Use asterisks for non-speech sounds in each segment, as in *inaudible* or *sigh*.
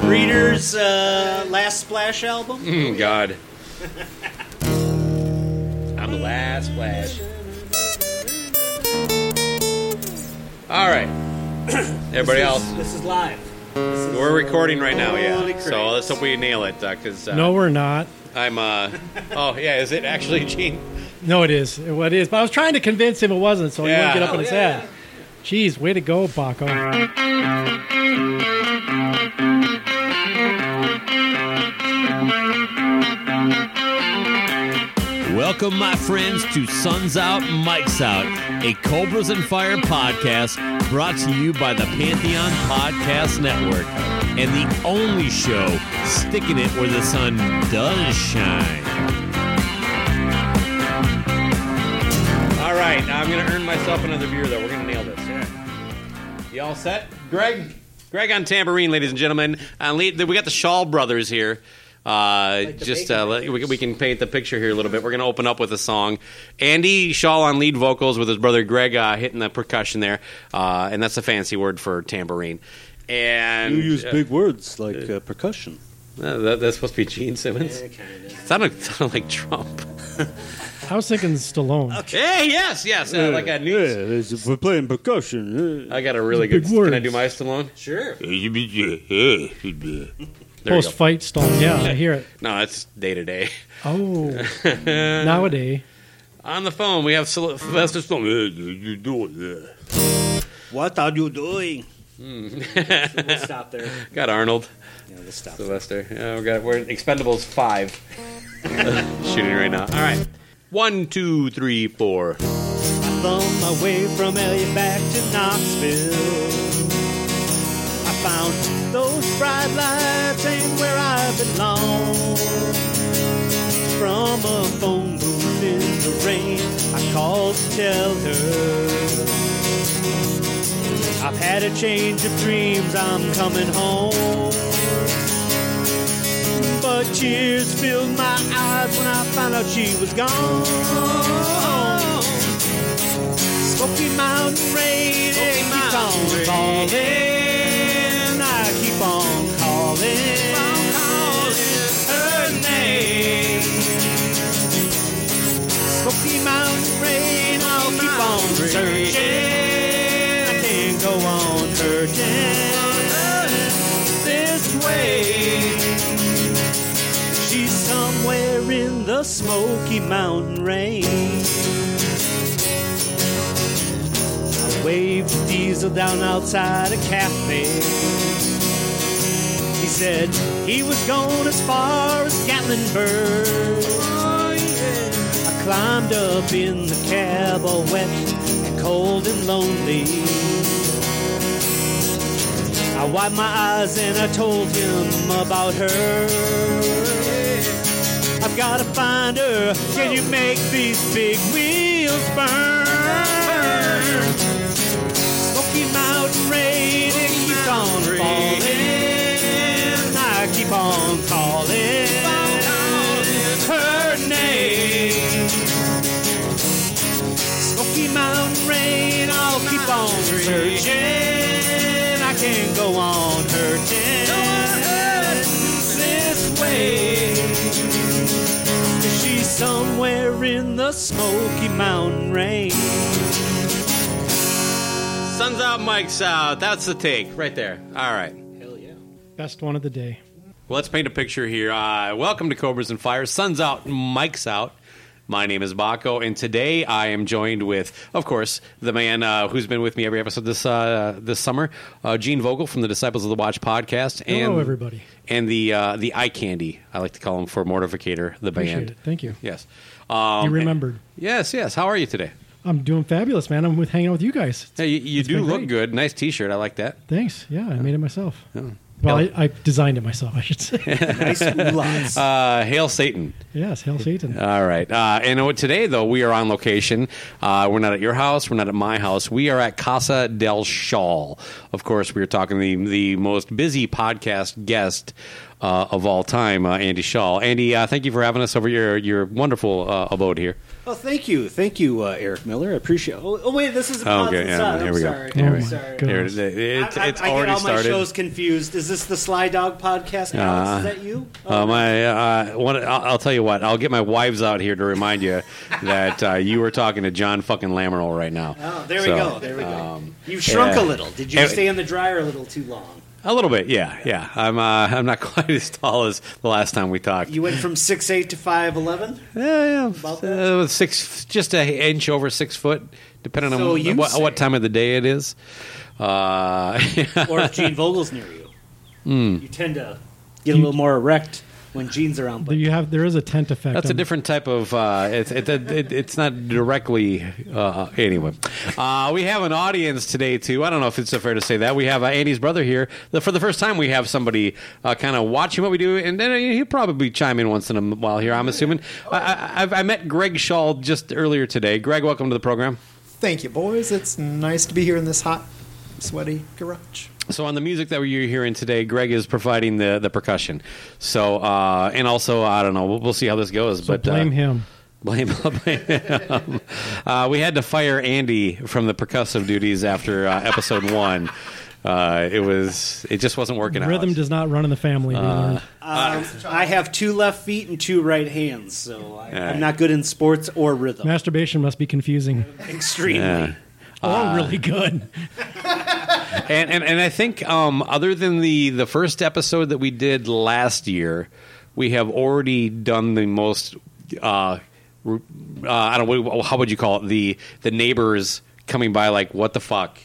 Breeder's uh, last Splash album. Mm, God. I'm the last splash. All right. Everybody This is- else, This is live. This is- we're recording right now, Holy yeah. crap. So let's hope we nail it, because uh, No, we're not. I'm. Uh, oh yeah, is it actually Gene? No, it is. It what it is. But I was trying to convince him it wasn't, so he Yeah. wouldn't get up in Oh, his yeah, head. Jeez, way to go, Baco. Welcome, my friends, to Suns Out, Mike's Out, a Cobras and Fire podcast brought to you by the Pantheon Podcast Network and the only show sticking it where the sun does shine. All right, I'm gonna earn myself another beer though. We're gonna nail this. You all set, Greg? Greg on tambourine, ladies and gentlemen. Uh, lead, we got the Shaw brothers here. Uh, the just Bacon uh, let- we, we can paint the picture here a little bit. We're gonna open up with a song. Andy Shaw on lead vocals with his brother Greg uh, hitting the percussion there, uh, and that's a fancy word for tambourine. And You use uh, big words like uh, percussion. uh, that, that's supposed to be Gene Simmons. Yeah, kinda. Sounded, sounded like *laughs* Trump. I was thinking Stallone. Hey, yes, yes, uh, like a Yeah, news. there's- if we're playing percussion. uh, I got a really Big good. Can I words. do my Stallone? Sure. There you go. Post fight Stallone. Yeah, I hear it. No, that's day to day. *laughs* Oh, nowadays. On the phone, we have Syl- Sylvester Stallone. What are you doing? We'll stop there. *laughs* Got Arnold, Yeah, we'll stop. Sylvester. Oh, we got we're in Expendables five. *laughs* Shooting right now. All right, one, two, three, four. On my way from LA back to Knoxville. I found those bright lights and where I belong. From a phone booth in the rain, I called to tell her I've had a change of dreams, I'm coming home. But tears filled my eyes when I found out she was gone. Smoky Mountain rain, it keeps on falling. I keep on calling her name. Smoky Mountain rain, I'll keep on searching. I can't go on hurting this way. She's somewhere in the Smoky Mountain rain. waved the diesel down outside a cafe. He said he was going as far as Gatlinburg. I climbed up in the cab, all wet and cold and lonely. I wiped my eyes and I told him about her. I've gotta find her. Can you make these big wheels burn? Smoky Mountain rain, it keeps on falling. I keep on calling her name. Smoky Mountain rain, I'll keep on searching. I can go on hurting this way. She's somewhere in the Smoky Mountain rain. Sun's out, Mike's out. That's the take right there. All right. Hell yeah. Best one of the day. Well, let's paint a picture here. Uh, welcome to Cobras and Fire. Sun's out, Mike's out. My name is Baco, and today I am joined with, of course, the man uh, who's been with me every episode this uh, this summer, uh, Gene Vogel from the Disciples of the Watch podcast. And, Hello, everybody. And the uh, the eye candy, I like to call him for Mortificator, the Appreciate band. it. Thank you. Yes. Um, You remembered. Yes, yes. How are you today? I'm doing fabulous, man. I'm with hanging out with you guys. Hey, you, you do been look great. good. Nice T-shirt. I like that. Thanks. Yeah, I made it myself. Well, I, Hell. I designed it myself, *laughs* I *laughs* should say. Nice lots. Uh, Hail Satan. yes, Hell Satan. All right. Uh, and uh, today, though, we are on location. Uh, we're not at your house. We're not at my house. We are at Casa del Shawl. Of course, we are talking the the most busy podcast guest uh, of all time, uh, Andy Shaw. Andy, uh, thank you for having us over your your wonderful uh, abode here. Well, thank you, thank you, uh, Eric Miller. I appreciate. oh, oh, wait, this is a Oh, oh, okay, yeah, side. here I'm we go. sorry. Here I'm we go. sorry. Good. Here it is. It- I, I, it's I get already all my started. shows confused. Is Is this the Sly Dog podcast? Alex, is that you? Uh, my, uh, one, I'll, I'll tell you what. I'll get my wives out here to remind you that uh, you were talking to John fucking Lamoral right now. Oh, there we So, um, go. There we go. you shrunk yeah. a little. Did you And- stay in the dryer a little too long? A little bit, yeah, yeah. I'm, uh, I'm not *laughs* quite as tall as the last time we talked. Uh, You went from six eight to five *laughs* eleven. Yeah, yeah. About that? Uh, six, just an inch over six foot, depending So on you what, say. what time of the day it is. Uh, *laughs* Or if Gene Vogel's near you, Hmm. you tend to get a little more erect when Gene's around. But You have there is a tent effect. that's a on- different type of. Uh, it's it, it, it's not directly. Uh, anyway, uh, we have an audience today too. I don't know if it's so fair to say that we have uh, Andy's brother here. The, for the first time, we have somebody uh, kind of watching what we do, and then he'll probably chime in once in a while here. I'm assuming. I, I, I've, I met Greg Shaw just earlier today. Greg, welcome to the program. Thank you, boys. It's nice to be here in this hot, sweaty garage. So on the music that you're hearing today, Greg is providing the, the percussion. So uh, and also I don't know. We'll, we'll see how this goes. So but blame uh, him. Blame, *laughs* blame him. uh, we had to fire Andy from the percussive duties after uh, episode one. Uh, it was it just wasn't working out. Rhythm does not run in the family. we Uh, learned. um, I have two left feet and two right hands, so I, right. I'm not good in sports or rhythm. Masturbation must be confusing. Extremely. Yeah. Oh, Uh, really good. and, and and I think um, other than the the first episode that we did last year, we have already done the most. Uh, r- uh, I don't. know, How would you call it? The the neighbors coming by, like what the fuck.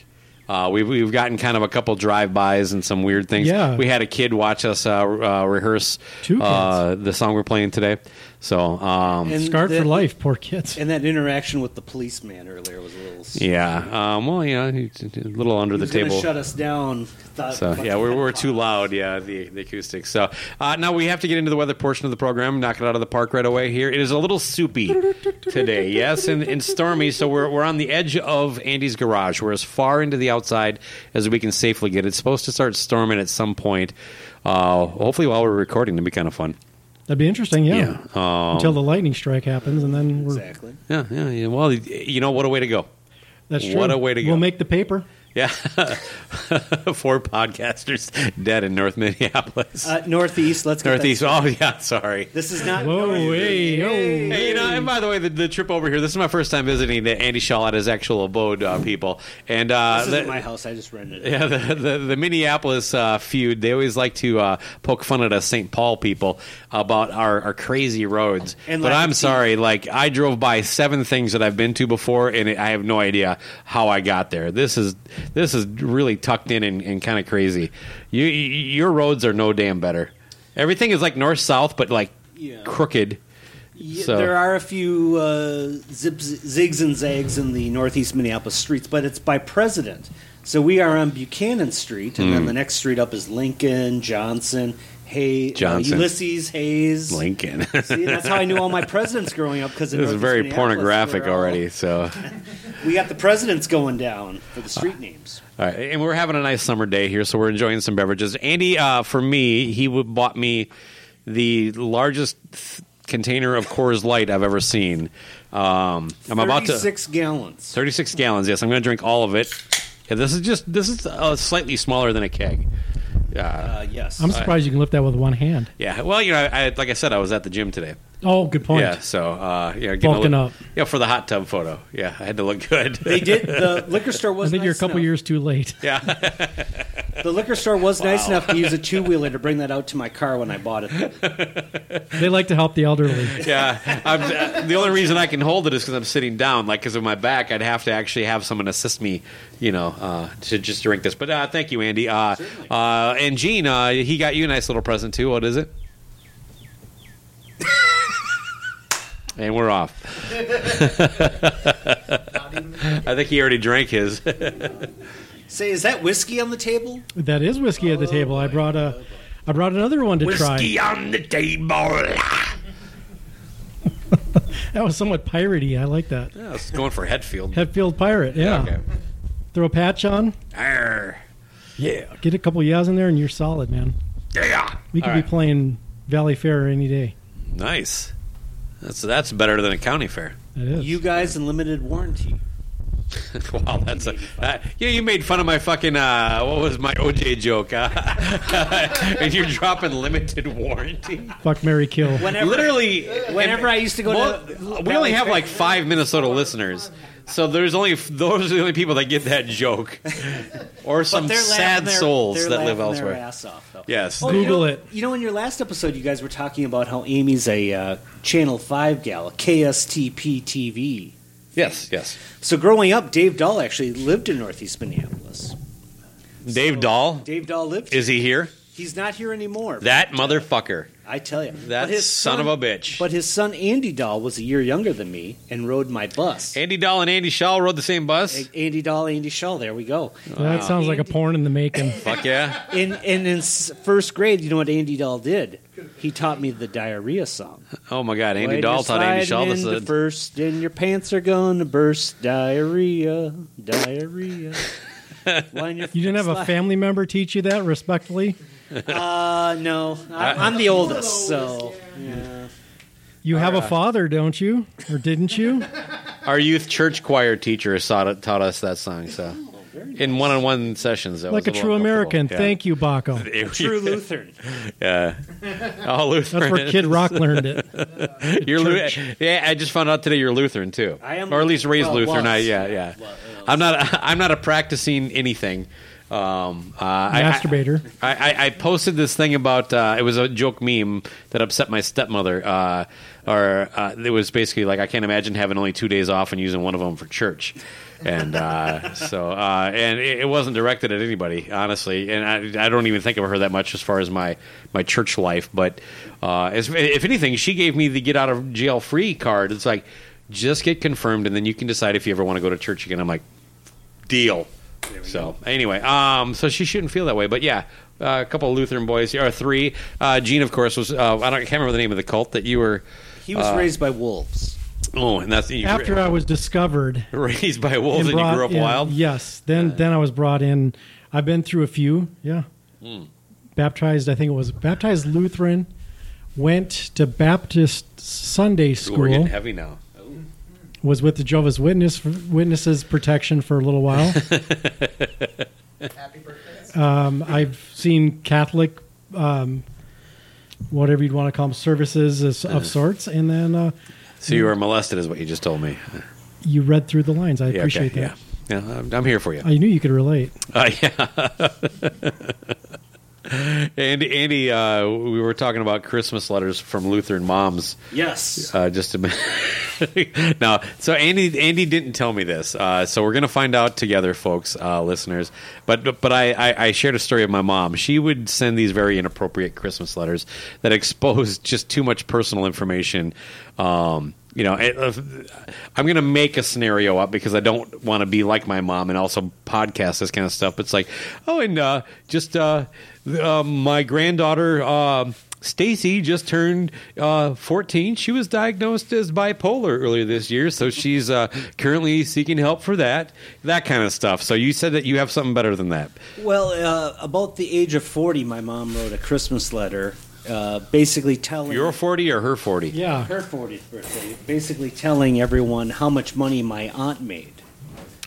Uh, we've we've gotten kind of a couple drive bys and some weird things. Yeah. we had a kid watch us uh, uh, rehearse Two kids. uh, the song we're playing today. So um, And Scarred that- for life, poor kids. And that interaction with the policeman earlier was a little. s- yeah, um, well, yeah, it's a little under he the was gonna table. shut us down. Thought, So fuck yeah, we're, we're too loud. Yeah, the, the acoustics. So uh, now we have to get into the weather portion of the program. Knock it out of the park right away. Here it is a little soupy today. Yes, and, and stormy. So we're we're on the edge of Andy's garage. We're as far into the outside as we can safely get. It's supposed to start storming at some point. Uh, hopefully, while we're recording, it'll be kind of fun. That'd be interesting, yeah. Yeah. Um, Until the lightning strike happens, and then we're exactly. Yeah, yeah, yeah. Well, you know what a way to go. that's true. What a way to go. We'll make the paper. Yeah, *laughs* four podcasters dead in North Minneapolis. Uh, northeast. Let's get that- Northeast. Oh yeah, sorry. This is not. Whoa, hey, yo. Hey, you know, and by the way, the, the trip over here, this is my first time visiting the Andy Shaw at his actual abode, uh, people. And uh, This isn't the- my house. I just rented it. *laughs* yeah, the, the, the Minneapolis uh, feud, they always like to uh, poke fun at us St. Paul people about our, our crazy roads. And but lack I'm of sorry, like, I drove by seven things that I've been to before, and I have no idea how I got there. This is this is really tucked in and, and kind of crazy. You, you, your roads are no damn better. Everything is like north south, but like Yeah. crooked. Y- So- There are a few uh, zips, zigs and zags in the northeast Minneapolis streets, but it's by president. So we are on Buchanan Street, and Hmm. then the next street up is Lincoln, Johnson, Hay, uh, Johnson. Ulysses, Hayes. Lincoln. *laughs* See, that's how I knew all my presidents growing up because This is very pornographic already. So, all We got the presidents going down for the street Uh, names. right. and we're having a nice summer day here, so we're enjoying some beverages. Andy, uh, for me, he w- bought me the largest th- container of Coors Light I've ever seen. Um, I'm about to six gallons. 36 gallons. Yes, I'm going to drink all of it. Yeah, this is just this is uh, slightly smaller than a keg. Uh, yes, I'm surprised you can lift that with one hand. Yeah, well, you know, I, I, like I said, I was at the gym today. Oh, good point. Yeah, so uh, yeah, getting a Bulking look- up. Yeah, for the hot tub photo. Yeah, I had to look *laughs* good. they did. The liquor store was. I think you're a nice couple enough. years too late. *laughs* The liquor store was nice enough to use a two wheeler to bring that out to my car when I bought it. They like to help the elderly. Yeah, I'm, uh, the only reason I can hold it is because I'm sitting down. Like, because of my back, I'd have to actually have someone assist me, you know, uh, to just drink this. But uh, thank you, Andy. Uh, uh, and Gene, uh, he got you a nice little present too. What is *laughs* it? and we're off. *laughs* I think he already drank his. Say, is that whiskey on the table? That is whiskey at Oh, the table. I brought a, I brought another one to *laughs* try. on the table. That was somewhat piratey. I like that. I was going for Headfield. Hetfield pirate. Yeah. Okay. Throw a patch on. Arr. Yeah. Get a couple yas in there, and you're solid, man. Yeah. We could All right. be playing Valley Fair any day. Nice. That's that's better than a county fair. That is. You guys in limited warranty. *laughs* wow, that's a that, yeah. You made fun of my fucking uh, what was my OJ joke, uh, *laughs* and you're dropping limited warranty. Fuck Mary *laughs* Kill. Whenever, Literally, whenever I used to go to, Well, we only have like five Minnesota listeners, so there's only those are the only people that get that joke, *laughs* or some they're laughing sad their- souls they're that live laughing Their elsewhere. ass Oh, off, though. Yes, you Google know- it. You know, in your last episode, you guys were talking about how Amy's a uh, Channel Five gal, a KSTP TV. yes, yes. So growing up, Dave Dahl actually lived in Northeast Minneapolis. Dave Dahl, Dave Dahl lived. is he here? He's not here anymore. That motherfucker, I tell you, that son, of a bitch. But his son Andy Dahl was a year younger than me and rode my bus. Andy Dahl and Andy Shaw rode the same bus. A- Andy Dahl, Andy Shaw. There we go. That sounds like a porn in the making. Fuck yeah. In and in s- first grade, you know what Andy Dahl did? He taught me the diarrhea song. Oh my god, Andy When Dahl you're taught Andy Shaw sliding this. into uh, first, and your pants are gonna burst. Diarrhea, *laughs* diarrhea. Line your You didn't have a family member teach you that, respectfully? Uh, no, I, I'm the oldest, so yeah. You have a father, don't you? Or didn't you? Our youth church choir teacher taught, taught us that song. So, Oh, in one-on-one sessions, that Like a was true American. Thank you, Baco. *laughs* you. true Lutheran. yeah. Oh, Lutheran. That's where Kid Rock learned it. You're Lu- Church. yeah, I just found out today you're Lutheran too. I am or at least raised well, uh, Lutheran. I, was. yeah, yeah. I'm not. *laughs* I'm not a practicing anything. Um, uh, I- I- Masturbator. I, I, I posted this thing about uh, it was a joke meme that upset my stepmother. Uh, or uh, it was basically like I can't imagine having only two days off and using one of them for church. And uh, *laughs* so, uh, and it, it wasn't directed at anybody, honestly. And I, I don't even think of her that much as far as my my church life. But uh, as, if anything, she gave me the get out of jail free card. It's like just get confirmed, and then you can decide if you ever want to go to church again. I'm like, deal. So anyway, um, so she shouldn't feel that way, but yeah, uh, a couple of Lutheran boys here, or three. Uh, Gene, of course, was uh, I don't I can't remember the name of the cult that you were. He Uh, was raised by wolves. Oh, and that's you After I was discovered. were *laughs* raised by wolves and, Oh, you brought grew up in- wild. Yes. Then then I was brought in. I've been through a few. Yeah. Hmm. Baptized, I think it was baptized Lutheran. Went to Baptist Ooh, Sunday We're school. getting heavy now. Was with the Jehovah's Witness Witnesses protection for a *laughs* little while. Happy birthday. Um, I've seen Catholic, um, whatever you'd want to call them, services as- Mm. of sorts, and then uh, So you were molested, is what you just told me. you read through the lines. I Yeah, appreciate okay, that. Yeah, yeah, I'm, I'm here for you. I knew you could relate. *laughs* Uh, yeah. and Andy, uh, we were talking about Christmas letters from Lutheran moms. Yes. Uh, just a minute. *laughs* no, so Andy Andy didn't tell me this, uh, so we're gonna find out together, folks, uh, listeners. But but I, I, I shared a story of my mom. She would send these very inappropriate Christmas letters that *laughs* exposed just too much personal information. Um, you know, it, uh, I'm gonna make a scenario up because I don't want to be like my mom and also podcast this kind of stuff. But it's like, oh, and uh, just uh, th- uh, my granddaughter. um Stacy just turned uh, 14. She was diagnosed as bipolar earlier this year, so she's uh, currently seeking help for that. That kind of stuff. So you said that you have something better than that. Well, uh, about the age of forty, my mom wrote a Christmas letter, uh, basically telling Your 40 or her 40? Yeah. her fortieth birthday, basically telling everyone how much money my aunt made.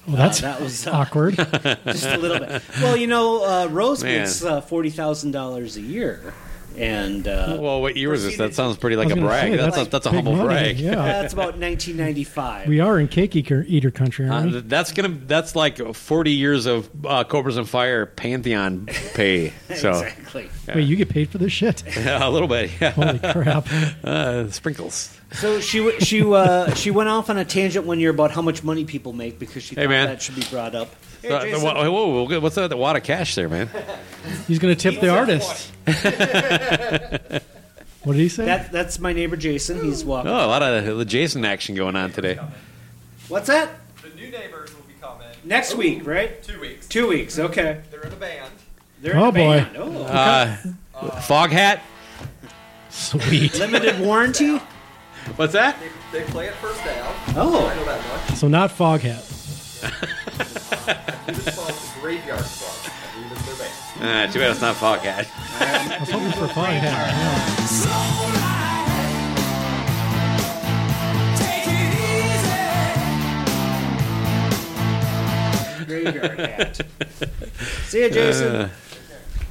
Well, that's that was, uh, *laughs* awkward. just a little bit. Well, you know, uh, Rose Man. makes uh, forty thousand dollars a year, and uh, Oh, Well, what year was this? That sounds pretty like I was a gonna brag. say, that's, a, that's a big humble money, brag. *laughs* Yeah. that's about nineteen ninety five. We are in cake eater, eater country, Uh, aren't we? th- that's gonna. That's like forty years of uh, Cobras and Fire pantheon pay. *laughs* So Exactly. Uh, Wait, you get paid for this shit? *laughs* a little bit, yeah. Holy crap. Uh, sprinkles. So she w- she uh, she went off on a tangent one year about how much money people make because she Hey, thought man. that should be brought up. Hey, Uh, Jason, whoa, whoa, whoa, what's that? The wad of cash there, man. He's going to tip the artist. what did he say? that that's my neighbor Jason. He's walking. Oh, a lot of the Jason action going on today. What's that? The new neighbors will be coming Next week, right? two weeks. Two weeks. Okay. They're in a band. They're in Oh, a band. Oh. Uh, fog hat. Sweet. Limited warranty. What's that? They, they play at first out. I Oh. know that much. So, not Foghat. This is called the Graveyard Club. I believe it's their band. Uh, too bad it's not fog hat. I was hoping for Foghat. Yeah. Take it easy. graveyard hat. See ya, Jason.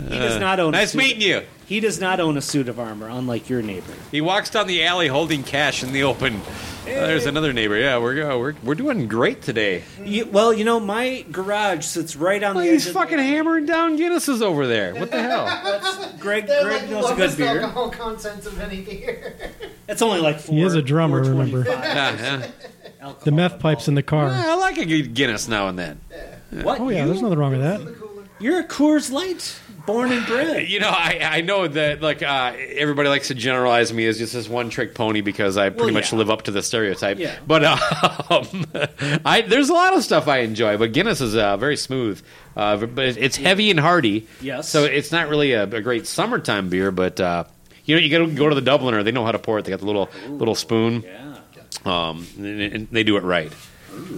he does not own. a Uh, Nice suit. meeting you. He does not own a suit of armor, unlike your neighbor. He walks down the alley holding cash in the open. Uh, there's another neighbor. Yeah, we're uh, we're we're doing great today. You, well, you know, my garage sits right on the. edge He's of fucking hammering down Guinnesses over there. What the *laughs* hell? The, Greg, Greg knows a good beer. alcohol contents of any beer. It's only like four. He is a drummer, remember. 425 *laughs* Yeah, yeah. alcohol The meth involved. pipes in the car. Yeah, Uh, I like a good Guinness now and then. What? Oh yeah, you? there's nothing wrong with that. You're a Coors Light, born and bred. *laughs* You know, I, I know that like uh, everybody likes to generalize me as just this one trick pony because I pretty Well, much yeah. live up to the stereotype. Yeah. But *laughs* um, I, there's a lot of stuff I enjoy, but Guinness is uh, very smooth. Uh, but it's- it's heavy and hearty. Yes. So it's not really a, a great summertime beer, but uh, you know, you got to go to the Dubliner. They know how to pour it. They got the little little spoon. Yeah. Um, and, and they do it right.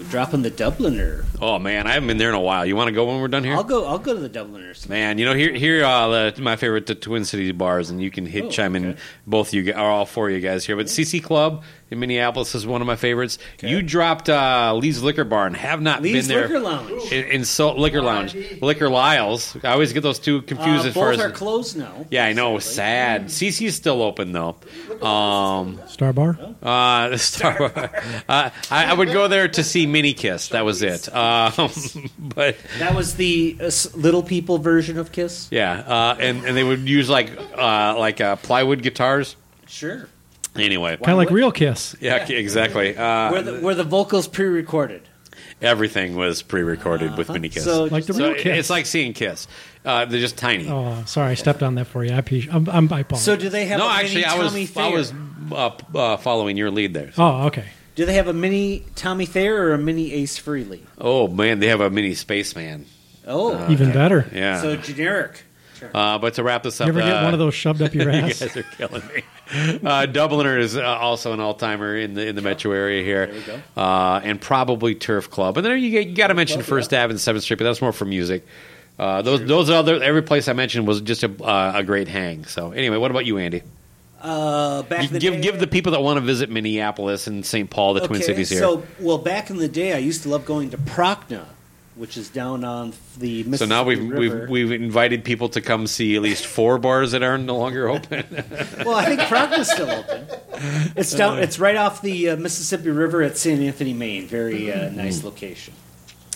Dropping the Dubliner. Oh man, I haven't been there in a while. You want to go when we're done here? I'll go. I'll go to the Dubliner. sometime. Man, you know here here uh, the, my favorite the Twin Cities bars, and you can hit Oh, chime in okay. both you guys, or all four of you guys here. But CC Club in Minneapolis is one of my favorites. You dropped uh, Lee's Liquor Bar and have not Lee's been there. Liquor Lounge. in, in Salt Liquor Lounge, Liquor Lyles. I always get those two confused Uh, as far both as are closed now. yeah, I know. Sad. CC is still open though. Um, Star bar. *laughs* uh, the Star. uh, I, I would go there to see Mini Kiss. That *laughs* was it. Um, *laughs* but That was the uh, s- little people version of Kiss. Yeah, uh, and and they would use like uh, like uh, plywood guitars. Sure. Anyway, Kind of like Real Kiss. yeah, okay, exactly. Uh, where, the, where the vocals pre-recorded. everything was pre-recorded with Mini Kiss. So Like the So Real it- Kiss. it's like seeing Kiss. Uh, they're just tiny. Oh, sorry, I stepped on that for you. I appreciate. I'm, I'm I apologize. So do they have no, a actually, mini I Tommy was Thayer? I was uh, p- uh, following your lead there. oh, okay. Do they have a mini Tommy Thayer or a mini Ace Freely? Oh man, they have a mini spaceman. Oh, Even better. Uh, Yeah. so generic. uh, but to wrap this up, You ever get uh, one of those shoved *laughs* up your you ass? guys are killing me. Uh, Dubliner is uh, also an all-timer in the in the metro area here, there we go. Uh, and probably Turf Club. And then you, get- you got to mention First Ave and Seventh Street, but that's more for music. Uh, those those other every place I mentioned was just a uh, a great hang. So anyway, what about you, Andy? Uh, back in the give day, give the people that want to visit Minneapolis and St. Paul, the Twin Okay, Cities here. So, well, back in the day, I used to love going to Procna, which is down on the Mississippi So now we've River. we've we've invited people to come see at least four bars that are no longer open. Well, I think Procna's still open. *laughs* It's down. It's right off the uh, Mississippi River at St. Anthony, Maine. Very uh, Mm. nice location.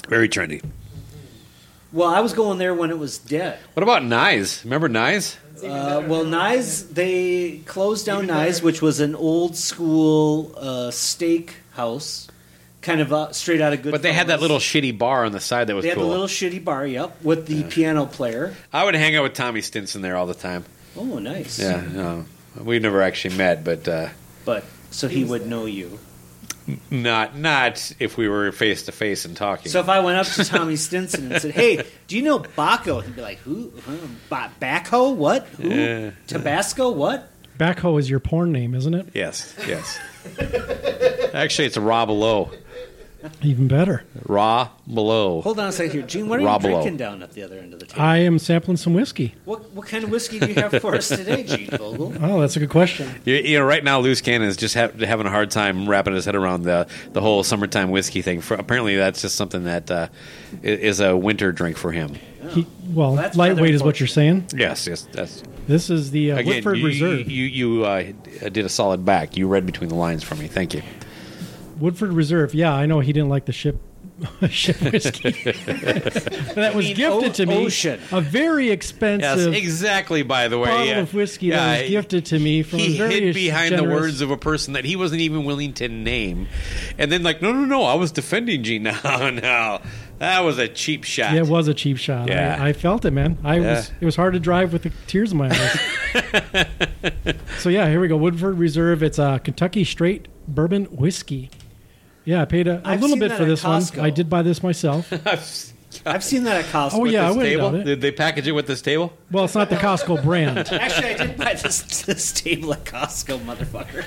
Very trendy. Well, I was going there when it was dead. What about Nyes? Remember Nyes? Uh, well, Nyes, they closed down Nyes, which was an old school uh, steak house, kind of uh, straight out of good. But they had that little shitty bar on the side that was they had cool. the little shitty bar, yep, with the piano player. I would hang out with Tommy Stinson there all the time. Oh, nice. Yeah, no, we never actually met, but uh, But so he would know you. not not if we were face to face and talking. So if I went up to Tommy Stinson and said, "Hey, do you know Baco?" He'd be like, "Who? Huh? Ba- Backhoe? What? Who? Yeah. Tabasco? What?" Backhoe is your porn name, isn't it? yes, yes. actually, it's Rob Below. Even better. Raw Below. Hold on a second here, Gene. What are Roblo. you drinking down at the other end of the table? I am sampling some whiskey. what, what kind of whiskey do you have for us today, Gene Vogel? Oh, that's a good question. You, you know, right now, Loose Cannon is just ha- having a hard time wrapping his head around the the whole summertime whiskey thing. For, apparently, that's just something that uh, i- is a winter drink for him. He, well, That's lightweight rather is what you're saying. Yes, yes, that's This is the uh, again. Woodford you, Reserve. You you uh, did a solid back. You read between the lines for me. Thank you. Woodford Reserve. Yeah, I know he didn't like the ship *laughs* ship *laughs* whiskey that was mean gifted o- to me. ocean. A very Yes, expensive exactly. By the way, bottle yeah. of whiskey Yeah, that was gifted to me from He a very hid behind the generous- words of a person that he wasn't even willing to name, and then like, no, no, no, I was defending Gene. *laughs* No, no, that was a cheap shot. *laughs* Yeah, it was a cheap shot. Yeah. I, I felt it, man. I Yeah. was. It was hard to drive with the tears in my eyes. *laughs* so yeah, here we go. Woodford Reserve. It's a Kentucky Straight Bourbon Whiskey. Yeah, I paid a, a I've little seen bit that for at this one. Costco. I did buy this *laughs* myself. I've seen that at Costco. Oh, With yeah, I this wouldn't table? doubt it. Did they package it with this table? well, *laughs* it's not the Costco brand. Actually, I did buy this, this table at Costco, motherfucker.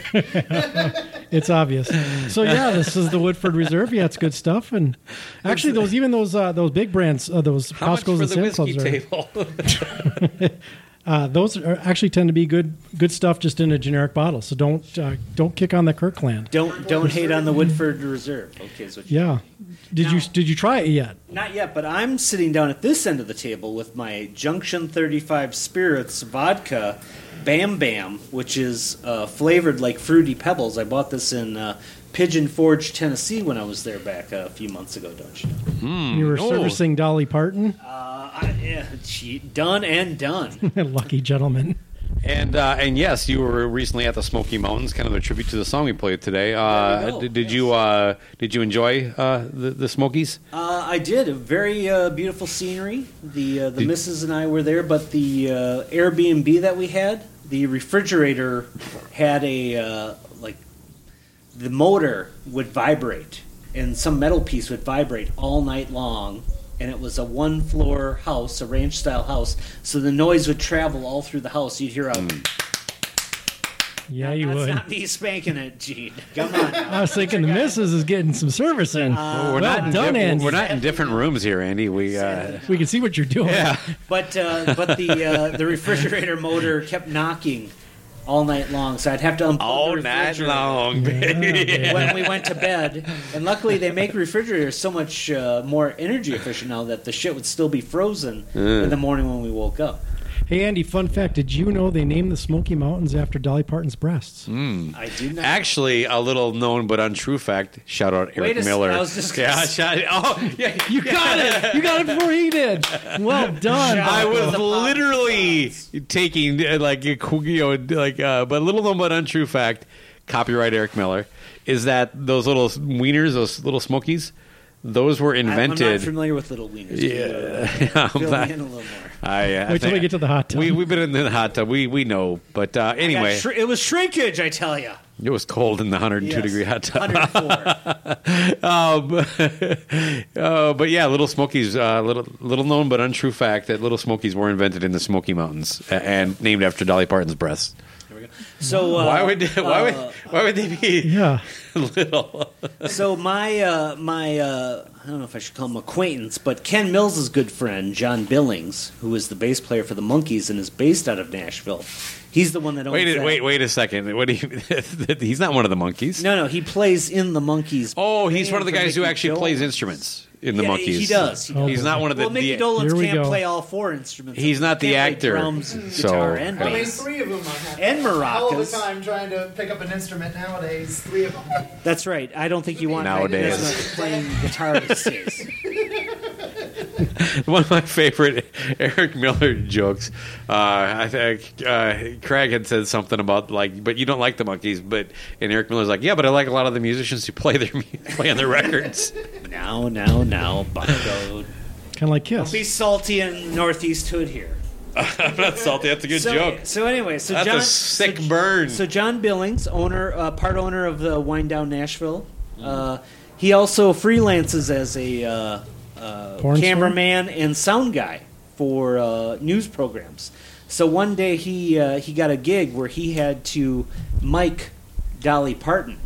It's obvious. So *laughs* yeah, this is the Woodford Reserve. Yeah, it's good stuff. And actually, those even those uh, those big brands, uh, those How Costcos much for and the Sam's whiskey Clubs are table? Uh, those are actually tend to be good good stuff just in a generic bottle. So don't uh, don't kick on the Kirkland. Don't don't hate on the Woodford Reserve. Okay, so Yeah. Did you did you try it yet? Not yet, but I'm sitting down at this end of the table with my Junction 35 Spirits vodka, Bam Bam, which is uh, flavored like fruity pebbles. I bought this in uh, Pigeon Forge, Tennessee, when I was there back uh, a few months ago. Don't you know? you were no. servicing Dolly Parton, *laughs* Uh, I, yeah, gee, done and done. lucky gentleman. *laughs* And uh, and yes, you were recently at the Smoky Mountains, kind of a tribute to the song we played today. There we Uh, go. did, did you uh, did you enjoy uh, the, the Smokies? Uh, I did a very uh, beautiful scenery. The uh, the missus and I were there, but the uh, Airbnb that we had, the refrigerator had a uh, like the motor would vibrate, and some metal piece would vibrate all night long. And it was a one floor house, a ranch style house, so the noise would travel all through the house. You'd hear a Yeah, you that's would. not me spanking it, Gene. Come on. *laughs* I was thinking the missus is getting some service Uh, in. Oh, we're well not in done, di- Andy. We're not in different rooms here, Andy. We uh, we can see what you're doing. yeah. But uh, but the uh, the refrigerator motor kept knocking all night long, so I'd have to unplug all the night refrigerator long. *laughs* when we went to bed. And luckily, they make refrigerators so much uh, more energy efficient now that the shit would still be frozen in the morning when we woke up. Hey, Andy. Fun fact: Did you know they named the Smoky Mountains after Dolly Parton's breasts? Mm. I do not. Actually, a little known but untrue fact. Shout out Eric Wait a s- Miller. I was just gonna yeah, s- shout, oh yeah, You got it. You got it before he did. Well *laughs* done. I was The pop- literally taking uh, like a qu- you know like uh, but little known but untrue fact. Copyright Eric Miller is that those little wieners, those little smokies, those were I'm- I'm not invented. familiar with little wieners. *laughs* Yeah. Can you, uh, I'm fill not- me in a little more. I, uh, Wait till think- we get to the hot tub. We, we've been in the hot tub. We we know, but uh, anyway, That shri- it was shrinkage, I tell you. it was cold in the 102 degree hot tub. 104. Um, *laughs* uh, but yeah, Little Smokies, uh, little little known but untrue fact that Little Smokies were invented in the Smoky Mountains a- and named after Dolly Parton's breasts. So uh, *laughs* why would why would why would they be *laughs* Yeah. little? So my uh, my uh, I don't know if I should call him acquaintance, but Ken Mills' good friend John Billings, who is the bass player for the Monkees and is based out of Nashville, he's the one that owns Wait a- that. wait wait a second. What do you, *laughs* he's not one of the monkeys. No, no, he plays in the Monkees. Oh, he's band one of the for guys who Mickey actually Dolenz. plays instruments in the Yeah, monkeys. He does. He does. He's not one of the. well, Mickey the- Here Dolenz we can't go. play all four instruments. He's not He the can't play actor, drums, so- guitar, and I I mean, bass. three of them I have. And All the maracas. time trying to pick up an instrument nowadays. Three of them. That's right. I don't think you want Nowadays. that's not playing guitar these *laughs* days. One of my favorite Eric Miller jokes. Uh, I think uh, Craig had said something about like, but you don't like the monkeys, but and Eric Miller's like, yeah, but I like a lot of the musicians who play their *laughs* mu- play on *laughs* their records. *laughs* Now, now, now, bongo. Kind of like Don't be Kiss. salty in Northeast Hood here. I'm not salty. That's a good so, joke. So anyway, so That's John, a sick burn. so John Billings, owner, uh, part owner of the Wind Down Nashville, Mm-hmm. uh, he also freelances as a uh, uh, Porn star? cameraman and sound guy for uh, news programs. So one day he uh, he got a gig where he had to mic Dolly Parton.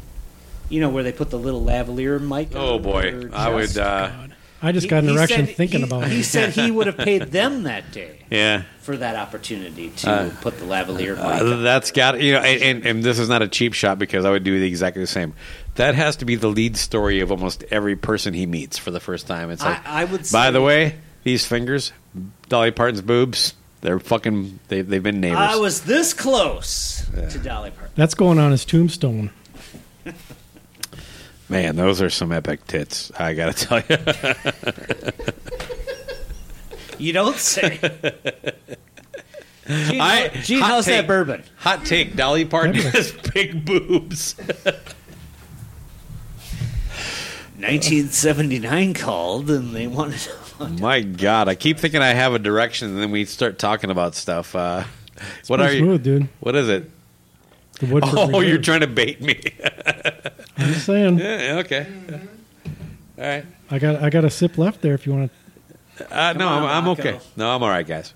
You know where they put the little lavalier mic. oh on boy, her I would. chest? Uh, I just He- got an he erection said thinking he- about He it. said he would have paid them that day yeah. for that opportunity to put the lavalier mic. Uh, on. that's got you know, and, and, and this is not a cheap shot because I would do the exactly the same. That has to be the lead story of almost every person he meets for the first time. It's like, I, I would. By say- the way, these fingers, Dolly Parton's boobs, they're fucking. They, they've been neighbors. I was this close to Dolly Parton. That's going on his tombstone. Man, those are some epic tits. I gotta *laughs* tell you. You don't *laughs* say. Gene, I- Gene, hot how's take. that bourbon? Hot take: Dolly Parton Epic. has big boobs. 1979 called, and they wanted. to know. *laughs* My God, I keep thinking I have a direction, and then we start talking about stuff. Uh, what are Pretty you? smooth, dude. What is it? The Woodford *laughs* Oh, Reserve. you're trying to bait *laughs* me. I'm just *laughs* saying. Yeah, okay. All right. I got I got a sip left there. If you want to, Uh, no, on, I'm, I'm Rocco. okay. No, I'm all right, guys.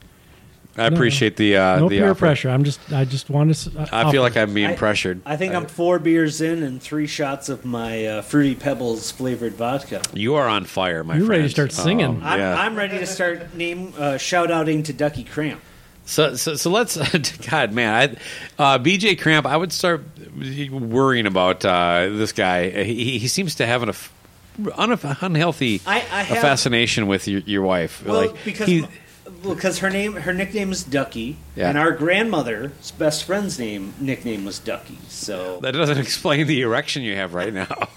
I No, appreciate the uh, no the peer offer. pressure. I'm just I just want to. s- uh, I feel offer. like I'm *laughs* being I- pressured. I think I'm four beers in and three shots of my uh, fruity pebbles flavored vodka. You are on fire, my You're friend. Oh, ready to start singing. I'm, yeah. I'm ready to start name uh, shout outing to Ducky Cramp. So, so, so let's. *laughs* God, man, I, uh, BJ Cramp. I would start worrying about uh, this guy. He, he seems to have an aff- un- unhealthy I- I have- a fascination with your, your wife. Well, like because he- well, 'cause her name, her nickname is Ducky, Yeah. and our grandmother's best friend's name nickname was Ducky. So that doesn't *laughs* explain the erection you have right now. *laughs*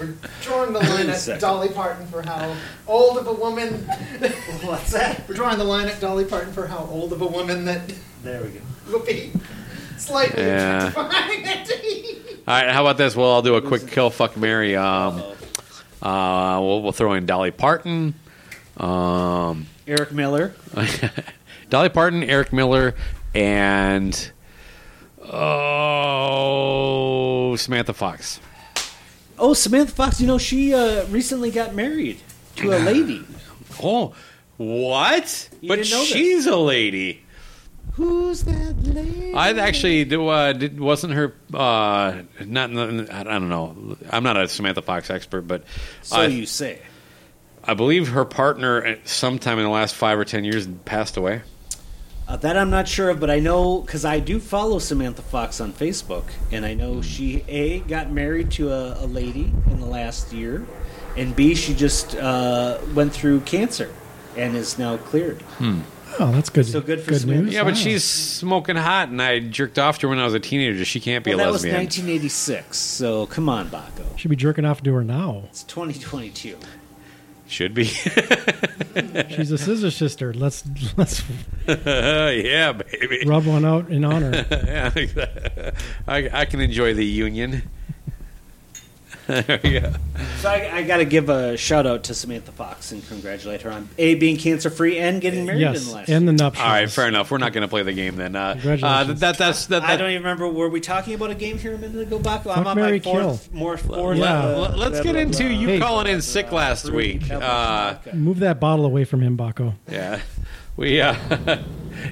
We're drawing the line at Second. Dolly Parton for how old of a woman. *laughs* what's that? We're drawing the line at Dolly Parton for how old of a woman that *laughs* There we go. will be slightly Yeah. *laughs* objectifying it. All right, how about this? Well, I'll do a quick kill, fuck, Mary. Um, uh, we'll, we'll throw in Dolly Parton. Um, Eric Miller. Dolly Parton, Eric Miller, and oh, Samantha Fox. Oh, Samantha Fox. You know, she uh, recently got married to a *laughs* lady. Oh, what? You but didn't know this. she's a lady. Who's that lady? I actually do, uh, did, wasn't her. Uh, not in the, I don't know. I'm not a Samantha Fox expert, but So I, you say. I believe her partner at sometime in the last five or ten years passed away. Uh, that I'm not sure of, but I know because I do follow Samantha Fox on Facebook, and I know she a got married to a, a lady in the last year, and b she just uh, went through cancer and is now cleared. Oh, that's good. So good for good Samantha. news. Yeah, but Wow. she's smoking hot, and I jerked off to her when I was a teenager. She can't be Well, a that was lesbian. 1986, so come on, Baco. should be jerking off to her now. It's 2022. Should be. *laughs* She's a scissor sister. Let's *laughs* let's yeah, baby. rub one out in honor. Yeah, *laughs* I, I can enjoy the union. *laughs* yeah. So I, I got to give a shout out to Samantha Fox and congratulate her on a being cancer free and getting married in the yes, last. and the nuptials. All right, fair enough. We're not going to play the game then. Uh, uh, Congratulations. that, that's that. I that- don't even remember. Were we talking about a game here a minute ago, Baco? I'm Fuck, on my marry, fourth, more fourth. Yeah. uh, Let- let's get into you Hey. calling in sick last week. Uh, Move that bottle away from him, Baco. yeah, we. Uh, *laughs*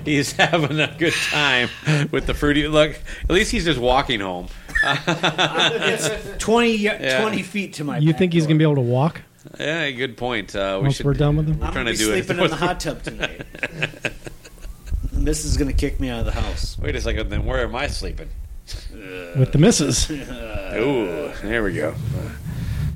he's having a good time with the fruity look. At least he's just walking home. Uh, 20, y 20 feet to my You think he's gonna be able to walk Yeah, good point. Uh, we once should. we're done with him? I'm trying gonna to be do it. sleeping in the hot *laughs* tub tonight. Mrs. is going to kick me out of the house. Wait a second. Then where am I sleeping? with *laughs* the missus. Ooh, there we go.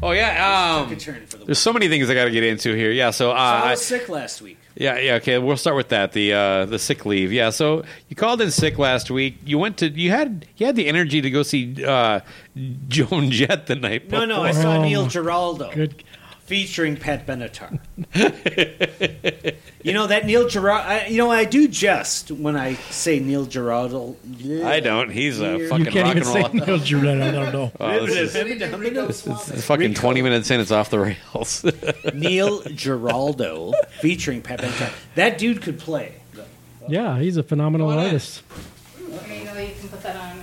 Oh yeah. Um, Good turn for the There's so many things I got to get into here. Yeah, so, uh, I I- was sick last week. yeah, yeah. Okay, we'll start with that. The uh, the sick leave. Yeah, so you called in sick last week. You went to you had you had the energy to go see uh, *laughs* Joan Jett the night. No, Before. no, I saw Oh, Neil Giraldo Good. featuring Pat Benatar. you know that Neil Giraldo. I, you know I do jest when I say Neil Giraldo. I don't. He's a You fucking You rock can't even *laughs* and say roll. no, Jordan. I don't know. *laughs* Oh, this is- it's fucking 20 minutes in, it's off the rails. *laughs* Neil Giraldo featuring Pat Benatar. That dude could play. Yeah, he's a phenomenal Come on in. artist. There you go, you can put that on.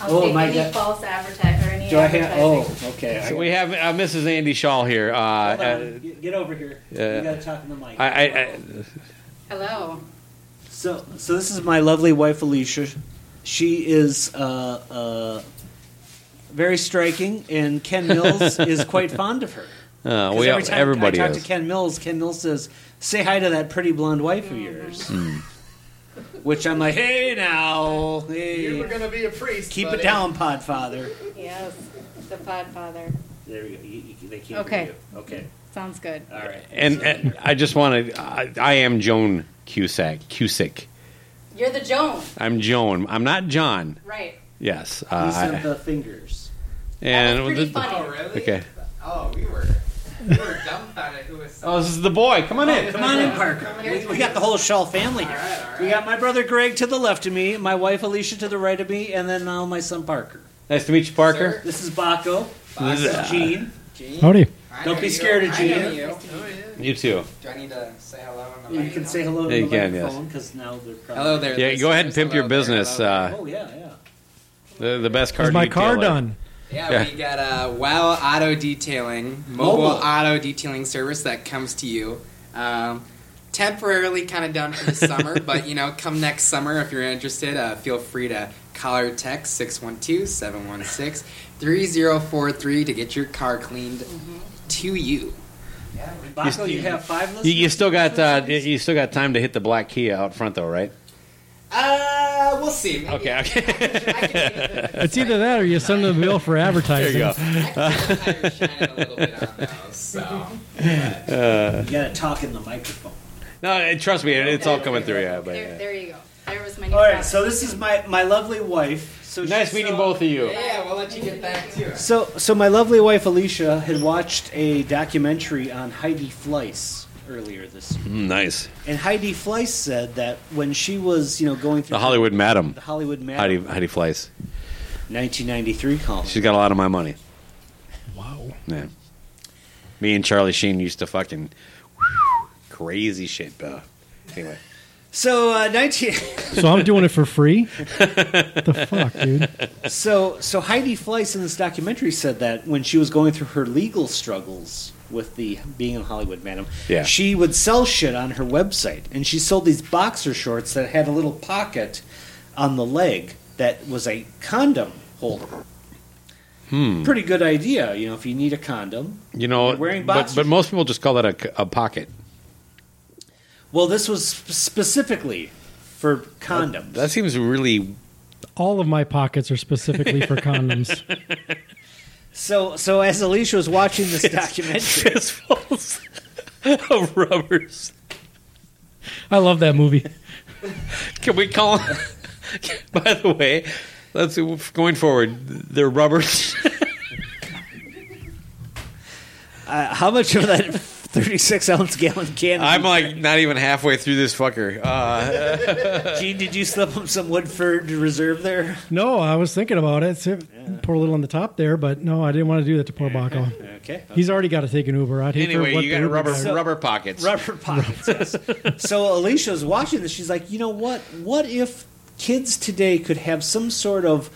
I'll Oh, take my any God. false advertising or any Do I have? advertising. Oh, okay. I so we have uh, Mrs. Andy Shaw here. Uh, Hold on, uh, get, get over here. yeah. you gotta talk in the mic. I, I, I, Hello. so, so this is my lovely wife Alicia. She is uh, uh, very striking, and Ken *laughs* Mills is quite fond of her. uh, 'Cause we, every time everybody I talk is. to Ken Mills, Ken Mills says, "Say hi to that pretty blonde wife of yours," Hmm. which I'm like, "Hey now, You were hey, going to be a priest. keep it buddy. down, Podfather." Yes, the Pod Father. There we go. You, you, they can't Okay. hear you. Okay. Sounds good. All right. and, uh, and I just want to, I, I am Joan Cusack. Cusick. You're the Joan, I'm Joan. I'm not John. right? Yes. Uh, These I- are the fingers. That and was pretty funny. Oh, really? okay. Oh, we were, we were dumbfounded who was Oh, this is the boy. Come on in. Come on in, Parker. We, we got the whole Shaw family here. We got my brother Greg to the left of me, my wife Alicia to the right of me, and then now my son Parker. Nice to meet you, Parker. This is Baco. This is Gene. Howdy. I Don't know be you. scared of I know Gene. you. Oh, You too. Do I need to say hello? on the You can mic? say hello to Yeah, the you can, yes. microphone because now they're probably. hello there. Yeah, go ahead and listeners. pimp your Hello there, business. hello Uh, Oh yeah, yeah. the, the best car. Is my detailer. car done? Yeah, Yeah. we got a WOW Auto Detailing, mobile, Mobile. auto detailing service that comes to you. Um, temporarily kind of done for *laughs* the summer, but you know, come next summer if you're interested, uh, feel free to call or text 612 Mm-hmm. 716 3043 to get your car cleaned to you. Yeah, Baco, you, have five listeners. You, you still got uh, you still got time to hit the black Kia out front though, *laughs* right? Uh, we'll see. Maybe Okay, okay. I can It's either that or you send them the bill *laughs* for There advertising. you go. tire shine a little bit on those. So You gotta talk in the microphone. *laughs* No, eh, trust me, it- it's all coming through. Yeah, Oh, but There, yeah. there you go. There was my new All right, product. so this is my my lovely wife. So nice she- meeting both of you. yeah, we'll let you get back to it. So so my lovely wife Alicia had watched a documentary on Heidi Fleiss earlier this year, Mm, nice, and Heidi Fleiss said that when she was you know going through the Hollywood madam, the Hollywood Mad Heidi Heidi Fleiss. 1993 column. She's got a lot of my money. Wow. Yeah. Me and Charlie Sheen used to fucking crazy shit, bro. Anyway, So uh, 19 So I'm doing it for free. *laughs* the fuck, *laughs* dude. so so Heidi Fleiss in this documentary said that when she was going through her legal struggles with the being a Hollywood madam, Yeah. she would sell shit on her website, and she sold these boxer shorts that had a little pocket on the leg that was a condom holder. Hmm. Pretty good idea, you know, if you need a condom. you know, You're wearing but boxers. but most people just call that a c a a pocket. Well, this was sp- specifically for condoms. That seems really All of my pockets are specifically for condoms. so so as Alicia was watching *laughs* this documentary, *laughs* fistfuls of rubbers. I love that movie. Can we call? *laughs* By the way, let's going forward. They're rubbers. uh, how much of that *laughs* 36 ounce gallon can? *laughs* I'm like not even halfway through this fucker. Uh, Gene, did you slip him some Woodford Reserve there? No, I was thinking about it. Sit, Pour a little on the top there, but no, I didn't want to do that to poor Baco. Okay. He's already got to take an Uber. I'd hate for anyway, what you the got Uber rubber guy- So- rubber pockets. Rubber pockets. yes. *laughs* so Alicia's watching this. She's like, you know what? What if kids today could have some sort of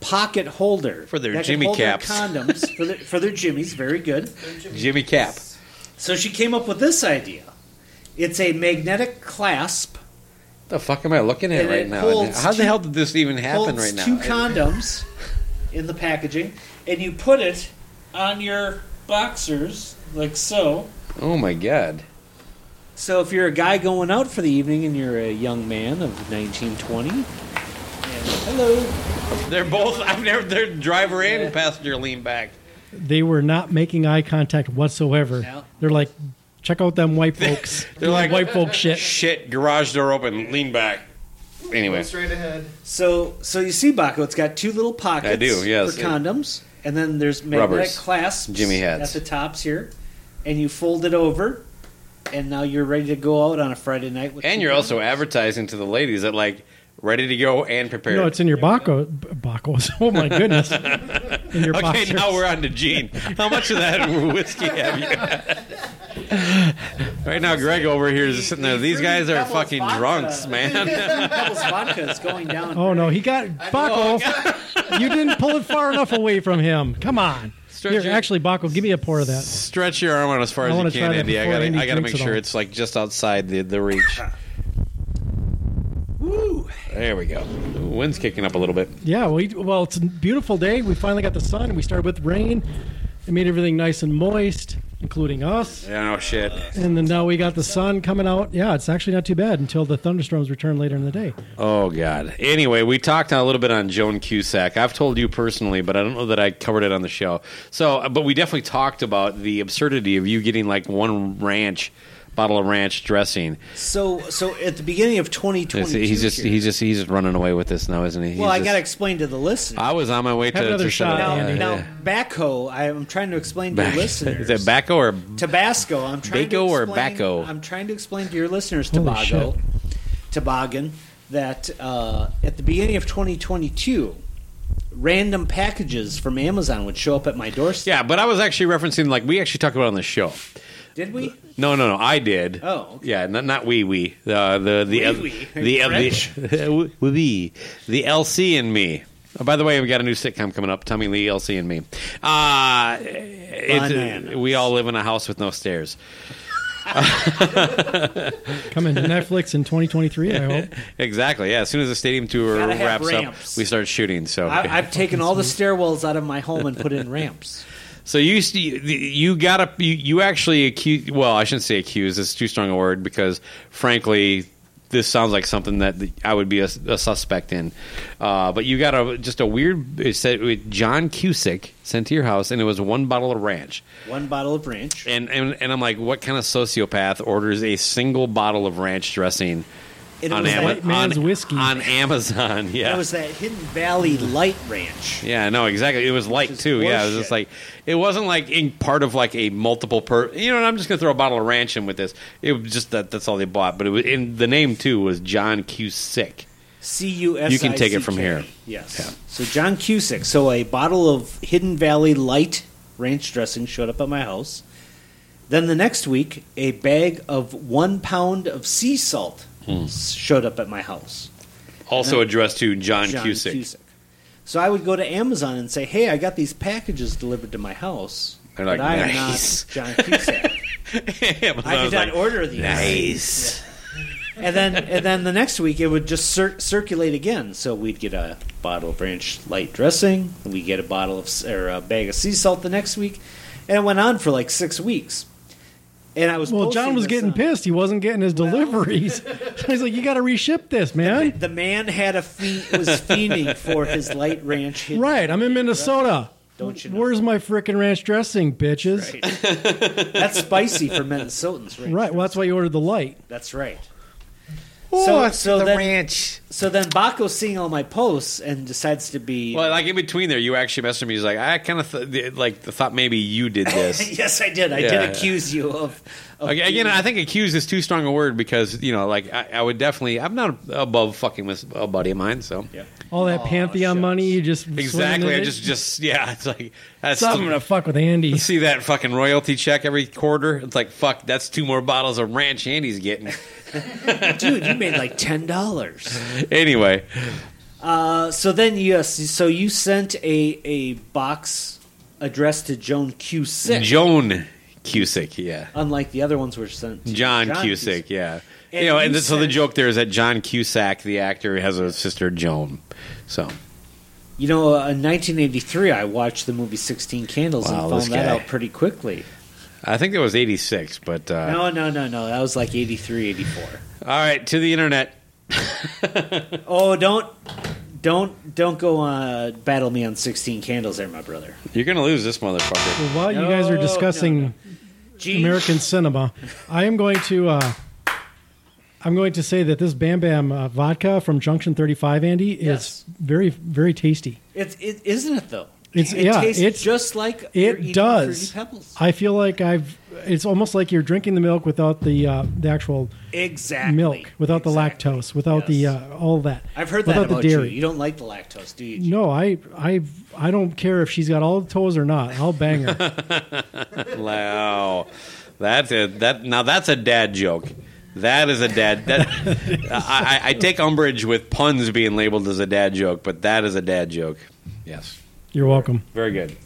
pocket holder For their that could Jimmy hold caps. their condoms for their, for their jimmies? Very good. Jimmy Cap. So she came up with this idea. It's a magnetic clasp. The fuck am I looking at And right it now? holds How two- the hell did this even happen holds right now? two condoms in the packaging, and you put it on your boxers like so. oh my god. So if you're a guy going out for the evening and you're a young man of 1920, and hello. They're both. I've never. They're driver and passenger lean back. They were not making eye contact whatsoever. No. They're like, check out them white folks. *laughs* They're like- white *laughs* folk shit. Shit. Garage door open. Lean back. Anyway. Straight ahead. So so you see, Baco, it's got two little pockets I do, yes. for condoms, and then there's magnetic Rubbers. clasps Jimmy hats. at the tops here, and you fold it over, and now you're ready to go out on a Friday night. With And two you're *laughs* also condoms. advertising to the ladies that like ready to go and prepared. No, it's in your Baco. B- Bacos. *laughs* Oh my goodness. In your *laughs* okay. boxers. Now we're on to Gene. How much of that *laughs* whiskey have you? had? right now, Greg over here is sitting there. These guys are Devil's fucking vodka. drunks, *laughs* man. Devil's vodka is going down. Oh no, he *laughs* got Baco. you didn't pull it far enough away from him. Come on. Stretch Here, it. actually, Baco, give me a pour of that. Stretch your arm out as far I as you wanna can, try that Andy. I before gotta, Andy I gotta drinks make it sure all. it's like just outside the, the reach. Woo! There we go. The wind's kicking up a little bit. Yeah, we, well, it's a beautiful day. We finally got the sun. We started with rain. It made everything nice and moist, including us. Yeah, no shit. And then now we got the sun coming out. Yeah, it's actually not too bad until the thunderstorms return later in the day. Oh God. Anyway, we talked a little bit on Joan Cusack. I've told you personally, but I don't know that I covered it on the show. So, uh, but we definitely talked about the absurdity of you getting like one ranch bottle of ranch dressing. So so at the beginning of 2022, He's just here- he's just he's just running away with this now, isn't he? He's well, I just- Uh, gotta explain to the listener. I was on my way to Have another to shot, some- Now, Andy. now backhoe, I'm trying to explain to Back- your listeners. *laughs* Is it Bacco or Tabasco, I'm trying Baco to or explain, Baco? I'm trying to explain to your listeners, Holy Tobago, Toboggan, that uh, at the beginning of 2022, random packages from Amazon would show up at my doorstep. yeah? But I was actually referencing like we actually talked about it on the show. Did we? No, no, no. I did. Oh, okay. yeah. Not not we we uh, the the uh, Wee wee. the uh, French. *laughs* the we we. the LC and me. Oh, by the way, we got a new sitcom coming up, Tommy Lee, LC and me. Uh, it, Bananas. we all live in a house with no stairs. Coming to Netflix in 2023, I hope. Exactly. Yeah. As soon as the stadium tour Gotta have wraps up, ramps. we start shooting. So *laughs* I, I've taken all the stairwells out of my home and put in ramps. So you s- you got up. You, you actually accuse. Well, I shouldn't say accuse. It's too strong a word because, frankly, this sounds like something that the- I would be a, a suspect in. Uh, but you got a just a weird. It said with John Cusick sent to your house, and it was one bottle of ranch. One bottle of ranch. And and, and I'm like, what kind of sociopath orders a single bottle of ranch dressing And it on, was Ama- that- man's on- whiskey. on Amazon? *laughs* Yeah, That was that Hidden Valley Light Ranch. Yeah, no, exactly. It was like is too. Yeah, it was just horseshit. like it wasn't like in part of like a multiple per. You know, and I'm just gonna throw a bottle of ranch in with this. It was just that that's all they bought. But it was in the name too was John Q. Sick. C U S. You can take it from here. Yes. Yeah. So John Cusick. So a bottle of Hidden Valley Light ranch dressing showed up at my house. Then the next week, a bag of one pound of sea salt Hmm. s- showed up at my house. Also addressed to John, John Cusick. Cusick. So I would go to Amazon and say, "Hey, I got these packages delivered to my house." They're like, but I am "Nice." not John *laughs* Cusick. Amazon I was did not like, order these. Nice. and then and then the next week it would just cir- circulate again. So we'd get a bottle of ranch light dressing, we would get a bottle of s- or a bag of sea salt the next week, and it went on for like six weeks. And I was Well, posting John was this getting on- pissed. He wasn't getting his deliveries. *laughs* He's like, "You got to reship this, man." The man had a fee- was fiending for his light ranch. Hit. Right? I'm in Minnesota. Don't you know? Where's my frickin' ranch dressing, bitches? Right. That's spicy for Minnesotans, right? Well, that's why you ordered the light. That's right. Oh, it's so the then- ranch. So then Baco's seeing all my posts and decides to be. Well, like in between there, you actually messaged me. He's like, I kind of th- like thought maybe you did *laughs* this. yes, I did. I Yeah. did accuse you of. of Okay, being- Again, I think accuse is too strong a word because you know, like I, I would definitely. I'm not above fucking with a buddy of mine, so Yeah. All that pantheon money, you just swinging Exactly. I it. just, just yeah. It's like that's. So I'm gonna fuck with Andy. see that fucking royalty check every quarter. It's like fuck. That's two more bottles of ranch Andy's getting. dude, you made like ten dollars. *laughs* anyway, Uh, so then, yes, so you sent a a box addressed to Joan Cusick, Joan Cusick. Yeah, unlike the other ones were sent to John, Cusick, Yeah. And you know, and you th- so the said- joke there is that John Cusack, the actor, has a sister Joan. So You know, uh, in 1983, I watched the movie Sixteen Candles Wow, and this found that guy. out pretty quickly. I think that was '86. But uh, No, no, no, no, that was like 83, 84. all right, to the internet. Oh, don't, don't, don't go uh, battle me on Sixteen Candles, there, my brother. You're gonna lose this motherfucker. Well, while you guys are No, discussing Gene, American cinema, I am going to. Uh, I'm going to say that this Bam Bam uh, vodka from Junction 35, Andy, Yes. is very, very tasty. it's it isn't it though? It's- it yeah, tastes it's- just like you're eating It does. Fruity Pebbles. I feel like I've. It's almost like you're drinking the milk without the uh, the actual Exactly. milk, without Exactly. the lactose, Yes. without the uh, all that. I've heard that without about the dairy. you. You don't like the lactose, do you? Gene? No, I, I, I don't care if she's got all the toes or not. I'll *laughs* bang her. Wow, that's a that now that's a dad joke. That is a dad. *laughs* That, I, I- I take umbrage with puns being labeled as a dad joke, but that is a dad joke. Yes, You're welcome. very *laughs* good.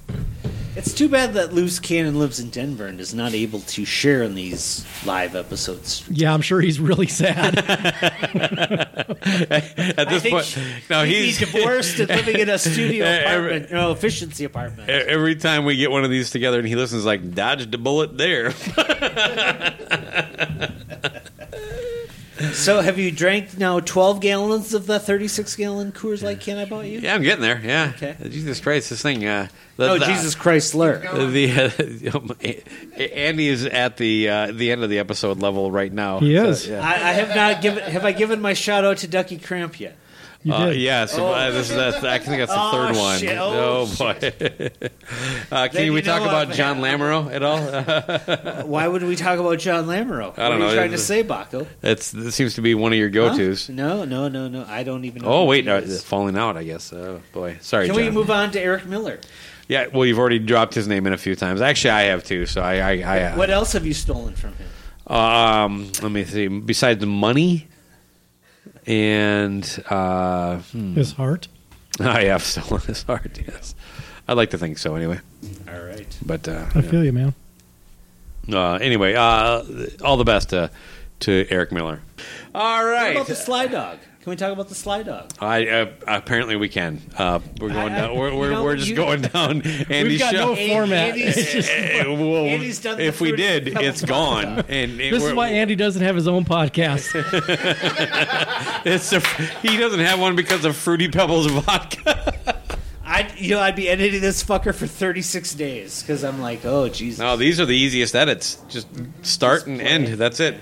It's too bad that Loose Cannon lives in Denver and is not able to share in these live episodes. Yeah, I'm sure he's *laughs* really sad. At this point, no, he'd Oh, he's Eh, be divorced and living *laughs* in a studio Every- e-, apartment, no efficiency apartment. Every time we get one of these together, and he listens like dodged a bullet there. *laughs* So, have you drank now twelve gallons of the thirty-six gallon Coors Light can I bought you? yeah, I'm getting there. Yeah, Okay. Jesus Christ, this thing. Uh, the, Oh, the- Jesus Christ, Lur. The uh, *laughs* um, A- A- Andy is at the uh, the end of the episode level right now. He So, is. yeah. I, I have not given. Have I given my shout out to Ducky Cramp yet? You Uh, did. yeah, so uh, this is that's, I think that's the Oh, third one. shit. Oh, Oh, boy! *laughs* uh, Then can we you talk know about I've- John Lamoureux at all? *laughs* Uh, Why would we talk about John Lamoureux? I what are don't know. you trying to It's- say, Baco? it's it seems to be one of your go tos. No, no, no, no. I don't even. know Oh who wait, he no, is. falling out. I guess. Oh boy, sorry. Can John. we move on to Eric Miller? Yeah, well, you've already dropped his name in a few times. Actually, I have too. So I, I, I uh, What else have you stolen from him? Um, let me see. Besides money and uh, hmm. His heart. *laughs* I have stolen his heart. Yes, I'd like to think so. Anyway, All right. but uh, I feel you, man. Uh, anyway, uh, all the best to, to Eric Miller. What All right. about the Sly Dog? Can we talk about the Sly Dog? I uh, apparently we can. Uh, we're going I- I- down. We're, you we're, know, we're just you- going *laughs* down. Andy's got show. no format. Andy's- It's just- Eh, *laughs* well, Andy's done the if we fruit did, a couple it's gone. And it- this is we're- why Andy doesn't have his own podcast. *laughs* it's a, he doesn't have one because of Fruity Pebbles vodka. I, you know, I'd be editing this fucker for 36 days because I'm like, oh Jesus. *laughs* No, these are the easiest edits. Just start and end. That's it.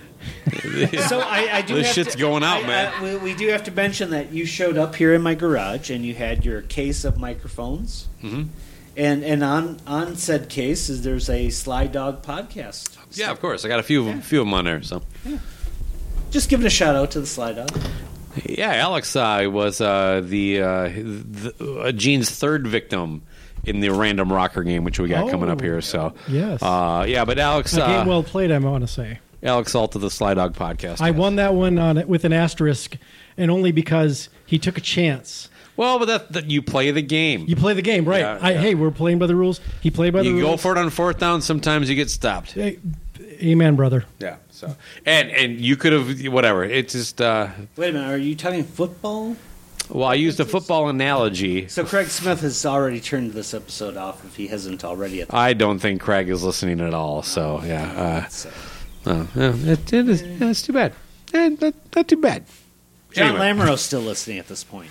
so I, I do. This have shit's to- going out, I- man. I- we, we do have to mention that you showed up here in my garage and you had your case of microphones, mm-hmm. and and on on said case is there's a Sly Dog podcast. Yeah, of course. I got a few of them, few of them on there. So Just giving a shout out to the Sly Dog. yeah, Alex uh, was uh, the, uh, the uh, Gene's third victim in the random rocker game, which we got coming up here. So *laughs* Yes. uh, yeah, but Alex, A game uh, Oh. well played, I want to say. Alex Alt of the Sly Dog podcast. I won that one on it with an asterisk, and only because he took a chance. Well, but that, that you play the game. You You, play the game, right? Yeah, I, yeah. Hey, we're playing by the rules. He played by the go rules. for it on fourth down. Sometimes you get stopped. Hey, amen, brother. Yeah. So and and you could have whatever. It's just uh, Wait a minute, are you talking football? well, I used a football analogy. So Craig Smith has already turned this episode off if he hasn't already. At the I don't think Craig is listening at all. So yeah, so. uh, uh, yeah, it, it is, yeah, it's too bad. Eh, not, not too bad. John Anyway. Lamoureux still listening at this point,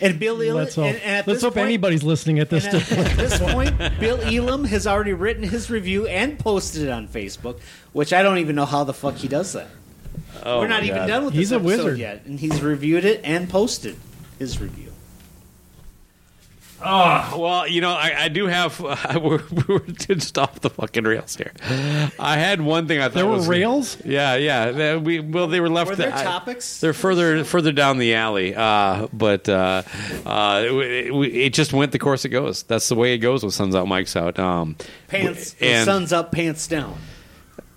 and Bill Elam. Let's hope, and, and at let's this hope point- anybody's listening at this. And *laughs* at, at *laughs* this point, Bill Elam has already written his review and posted it on Facebook, which I don't even know how the fuck he does that. We're not Oh my even God. done with He's this a episode wizard. yet, and he's reviewed it and posted his review. Well, you know, I, I do have. *laughs* Uh, we're, we're just off the fucking rails here. I had one thing I thought there were was, rails. Yeah, yeah. they- we well, they were left. Were there I- topics? They're further further down the alley, uh, but uh, uh, it, it, it just went the course it goes. That's the way it goes with Suns Out, Mike's Out. Um, Pants, and sun's up, pants down.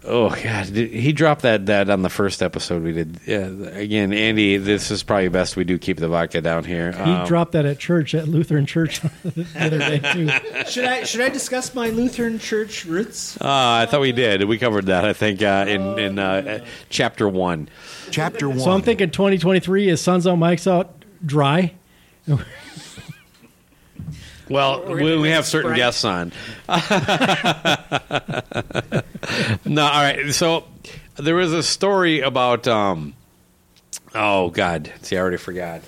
oh god, did- he dropped that that on the first episode we did. Yeah, again, Andy, this is probably best we do keep the vodka down here. He Um, dropped that at church at Lutheran Church *laughs* the other day too. Should I should I discuss my Lutheran church roots? uh, I thought we did. We covered that. I think uh, in in uh, chapter one. Chapter one. So I'm thinking 2023 is Sun's out, Mike's out, dry. Well, We're we gonna only do have a certain Sprite. guests on. *laughs* no, all right. So there was a story about. Um, oh God! See, I already forgot.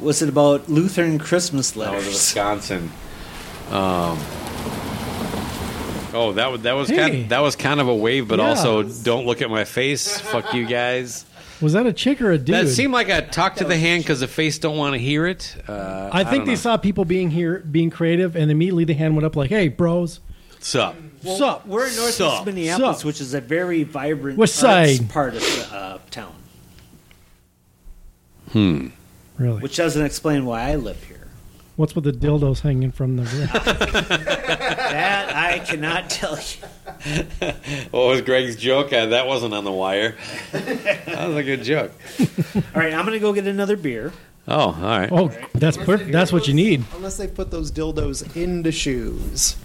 Was it about Lutheran Christmas That was letters? Wisconsin. Um, oh, that was that was Hey. kind that was kind of a wave, but Yeah. also don't look at my face. Fuck you guys. Was that a chick or a dude? That seemed like a talk to the hand because the face don't want to hear it. Uh, I think don't they know. saw people being here, being creative, and immediately the hand went up like, "Hey, bros, Sup. what's up?" We're in Northeast Sup. Minneapolis, Sup. which is a very vibrant West arts side. part of uh, town, Really? which doesn't explain why I live here. What's with the dildos hanging from *laughs* the roof? That I cannot tell you. What was Greg's joke? Uh, that wasn't on the wire. *laughs* that was a good joke. All right, I'm gonna go get another beer. Oh, all right. Oh, that's per- that's what you need. Unless they put those dildos into shoes.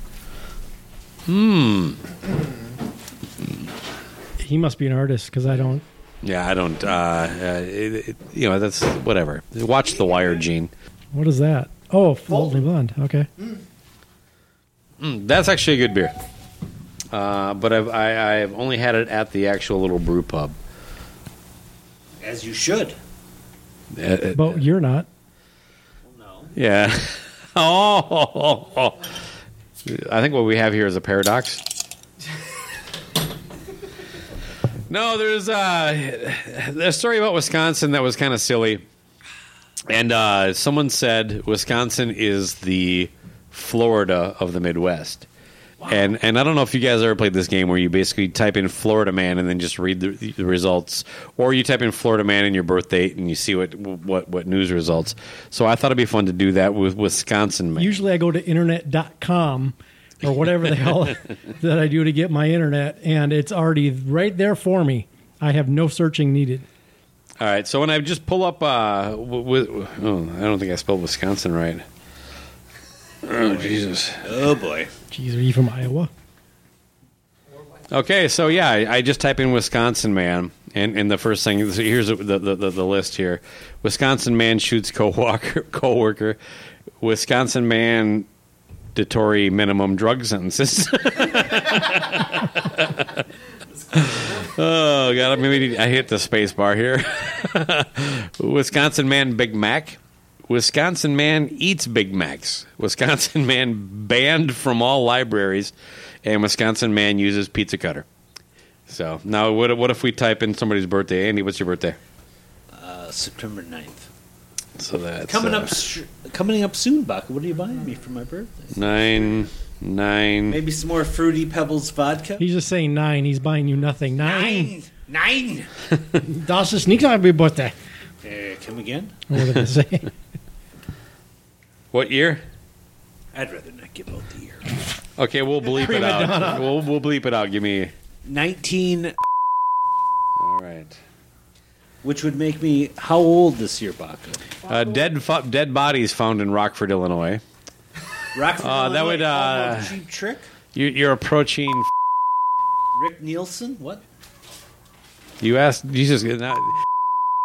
He must be an artist because I don't. Yeah, I don't. Uh, uh, it, it, you know, that's whatever. Watch The Wire, Gene. What is that? Oh, Lonely Blonde. Okay. Mm, That's actually a good beer. Uh, but I've, I, I've only had it at the actual little brew pub. As you should. Uh, uh, But you're not. yeah. *laughs* oh, I think what we have here is a paradox. no, there's uh, a story about Wisconsin that was kind of silly. And uh, someone said Wisconsin is the Florida of the Midwest. And and I don't know if you guys ever played this game where you basically type in Florida man and then just read the, the results, or you type in Florida man and your birth date and you see what what what news results. So I thought it'd be fun to do that with Wisconsin man. Usually I go to internet.com or whatever the hell *laughs* that I do to get my internet, and it's already right there for me. I have no searching needed. All right, so when I just pull up, uh, w- w- oh, I don't think I spelled Wisconsin right. Oh Jesus! Oh boy. Jeez, are you from Iowa? Okay, so yeah, I, I just type in Wisconsin man, and, and the first thing so here's the, the, the, the list here: Wisconsin man shoots co-worker, *laughs* co-worker. Wisconsin man mandatory minimum drug sentences. *laughs* oh god, I maybe I hit the space bar here. *laughs* Wisconsin man Big Mac. Wisconsin man eats Big Macs. Wisconsin man banned from all libraries, and Wisconsin man uses pizza cutter. So now, what, what if we type in somebody's birthday? Andy, what's your birthday? Uh, September 9th. So that's Coming uh, up, str- coming up soon, Buck. What are you buying me for my birthday? nine, nine. Maybe some more fruity pebbles vodka. He's just saying nine. He's buying you nothing. Nine. Nine, nine. Das ist nicht mein Birthday. Uh, come again? What did I *laughs* say? What year? I'd rather not give out the year. Okay, we'll bleep it out. We'll, we'll bleep it out. Give me. 19, All right. which would make me how old this year, Buck? Uh, dead fo- dead bodies found in Rockford, Illinois. Rockford. Uh, that would, Illinois, uh, cheap trick. You, you're approaching. Rick Nielsen. What? You asked Jesus. Not,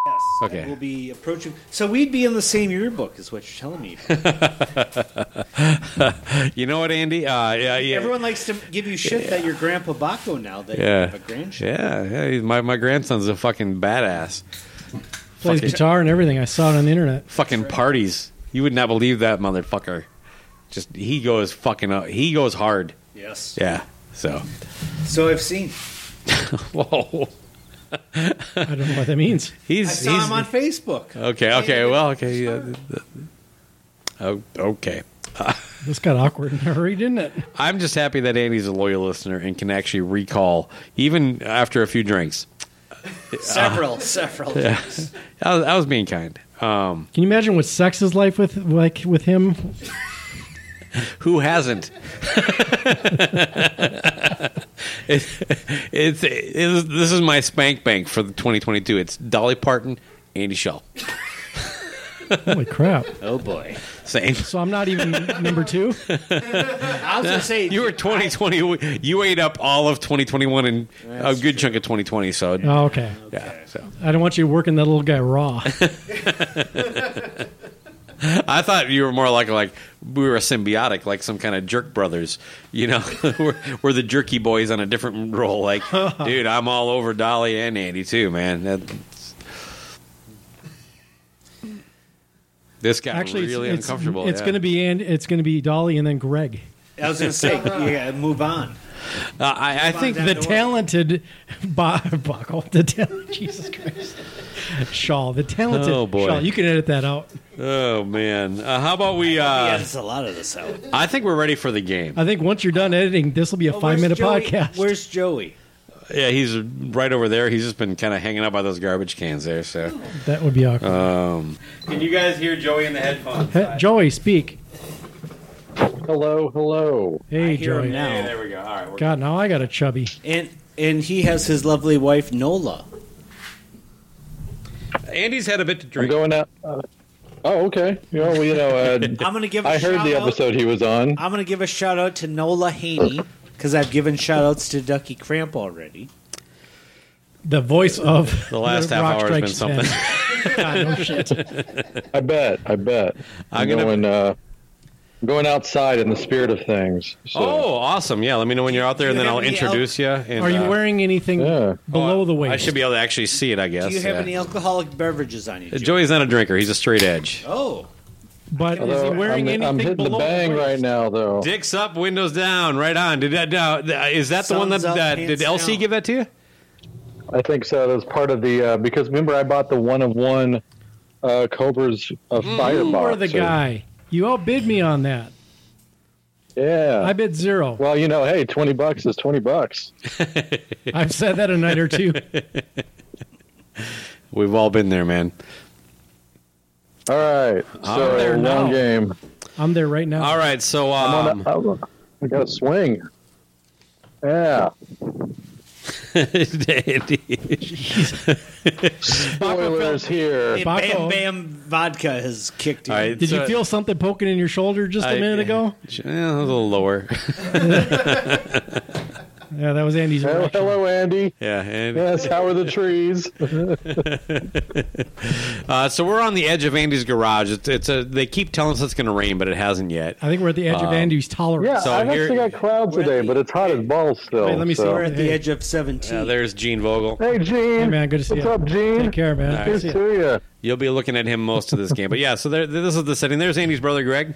Yes. Okay. We'll be approaching. So we'd be in the same yearbook, is what you're telling me. you know what, Andy? Uh, yeah, yeah. Everyone likes to give you shit that you're Grandpa Baco now that you Yeah. have a grandchild. yeah, yeah. he's- My my grandson's a fucking badass. Plays Fuck it. guitar and everything. I saw it on the internet. Fucking parties. You would not believe that motherfucker. Just he goes fucking. Up. He goes hard. Yes. Yeah. So. So I've seen. Whoa. I don't know what that means. He's. I saw he's, Uh, him on Facebook. Okay. Okay. Well. Okay. Yeah. th- th- Oh, okay. This got awkward in a hurry, didn't it? I'm just happy that Andy's a loyal listener and can actually recall even after a few drinks. *laughs* several, several. I was, I was being kind. Um, Can you imagine what sex is like with like with him? who hasn't? *laughs* it, it's it is this is my spank bank for the 2022. It's Dolly Parton, Andy Shaw. Holy crap! Oh boy. Same. So I'm not even number two. I was gonna say You were 2020. You ate up all of 2021 and a good chunk of 2020. So Oh, okay. yeah. So. I don't want you working that little *laughs* guy raw. I thought you were more like like we were symbiotic, like some kind of jerk brothers. You know, *laughs* we're, we're the jerky boys on a different role. *laughs* Like, dude, I'm all over Dolly and Andy too, man. That's- this got Actually, it's- really it's, uncomfortable. It's yeah. going to be and it's going to be Dolly and then Greg. I was gonna *laughs* say yeah. Move on. Uh, I, I think the talented Bo- Buckle, the talent, Jesus Christ, Shaw, the talented Oh, boy. Shaw. You can edit that out. Oh man, uh, how about we? yeah, Uh, there's a lot of this out. I think we're ready for the game. I think once you're done editing, this will be a five minute podcast. Oh, Where's Joey? Yeah, he's right over there. He's just been kind of hanging out by those garbage cans there. So, that would be awkward. Uh, can you guys hear Joey in the headphones? Hey, Joey, speak. Hello, hello. Hey, I hear Joey. him now. we go. All right, we're God, now I got a chubby. And and he has his lovely wife Nola. Andy's had a bit to I'm drink. going out. Uh, oh, okay. You know, well, you know, uh, I'm gonna give. a I heard shout the out- episode he was on. I'm gonna give a shout out to Nola Haney because I've given shout outs to Ducky Cramp already. The voice of The last half Rock hour has been Strikes Ten. *laughs* God, no shit. I bet. I bet. I'm, I'm gonna- going. Uh, I'm going outside in the spirit of things. So. Oh, awesome! Yeah, let me know when you're out there, and Do you then I'll have any introduce you. And, Are you uh, wearing anything Yeah. below the waist? Oh, I should be able to actually see it, I guess. Do you have yeah. Uh, any alcoholic beverages on you? Joey? Joey's not a drinker; he's a straight edge. Oh, But Although, is he wearing I'm, anything I'm hitting below the bang waist? right now, though. Dicks up, windows down, right on. Did that? Now, th- uh, is that the one that Sun's up, that did pants LC down. give that to you? I think so. That was part of the uh, because remember I bought the one of one uh, Cobras uh, You firebox. were the so- guy. You outbid me on that. Yeah. I bid zero. well, you know, hey, twenty bucks is twenty bucks. I've said that a night *laughs* or two. We've all been there, man. All right. So there long now. game. I'm there right now. All right, so I'm um, on a, I'm- I got a swing. Yeah. *laughs* Andy- Spoilers here. Bam Baco. Bam Vodka has kicked in. all right, Did so- you feel something poking in your shoulder just a I- minute ago? Yeah, a little lower. Yeah, that was Andy's. Hello, reaction. hello, Andy. *laughs* Yeah, and Yes, how are *laughs* the trees? uh, so we're on the edge of Andy's garage. It's, it's a. They keep telling us it's going to rain, but it hasn't yet. I think we're at the edge of Um, Andy's tolerance. Yeah, So I've here- actually got clouds today, but it's hot as balls still. Wait, let me see. so- We're at the Hey. edge of 17. Yeah, Uh, there's Gene Vogel. Hey, Gene. Hey, man, good to see What's you. up, Gene? Take care, man. Nice. Good to Good see you. to you. You'll be looking at him most of this game. But yeah, so there, this is the setting. There's Andy's brother, Greg.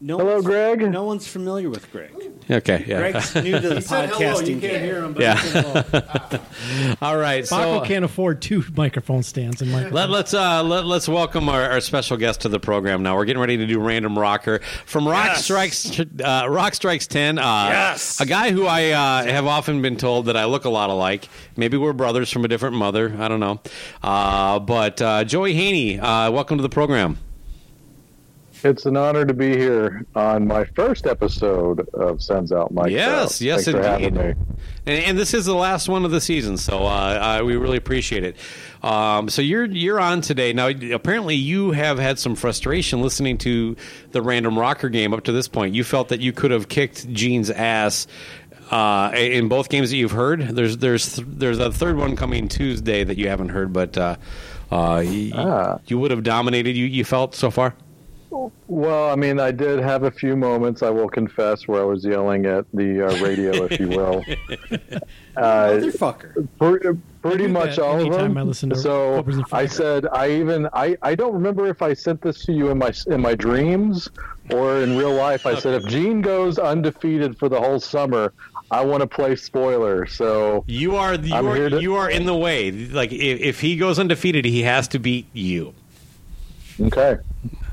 no Hello, one's- Greg. No one's familiar with Greg. Okay, yeah. Greg's new to the said hello. You podcasting. can't game. hear him. But Yeah. he said hello. *laughs* All right, so Baco can't afford two microphone stands and microphones. let, us uh, let, let's welcome our, our special guest to the program. Now we're getting ready to do random rocker from Rock Yes. Strikes uh, Rock Strikes Ten. Uh, Yes. a guy who I uh, have often been told that I look a lot alike. Maybe we're brothers from a different mother. I don't know. Uh, but uh, Joey Haney, uh, welcome to the program. It's an honor to be here on my first episode of Sends Out Mike. Yes, Trout. yes, Thanks for indeed. having me. And, and this is the last one of the season, so uh, uh, we really appreciate it. Um, so you're you're on today. Now, apparently, you have had some frustration listening to the random rocker game up to this point. You felt that you could have kicked Gene's ass. Uh, in both games that you've heard, there's there's th- there's a third one coming Tuesday that you haven't heard, but uh, uh, y- Ah. you would have dominated. You you felt so far. Well, I mean, I did have a few moments, I will confess, where I was yelling at the uh, radio, if *laughs* you will. uh, Motherfucker. Pretty, pretty do much that all of anytime them. I listen to so Cobras and Fire. I said, I even I, I don't remember if I sent this to you in my in my dreams or in real life. I said, if Gene goes undefeated for the whole summer, I want to play *laughs* spoiler. So You are you I'm are, here to- you are in the way. Like if, if he goes undefeated, he has to beat you. okay,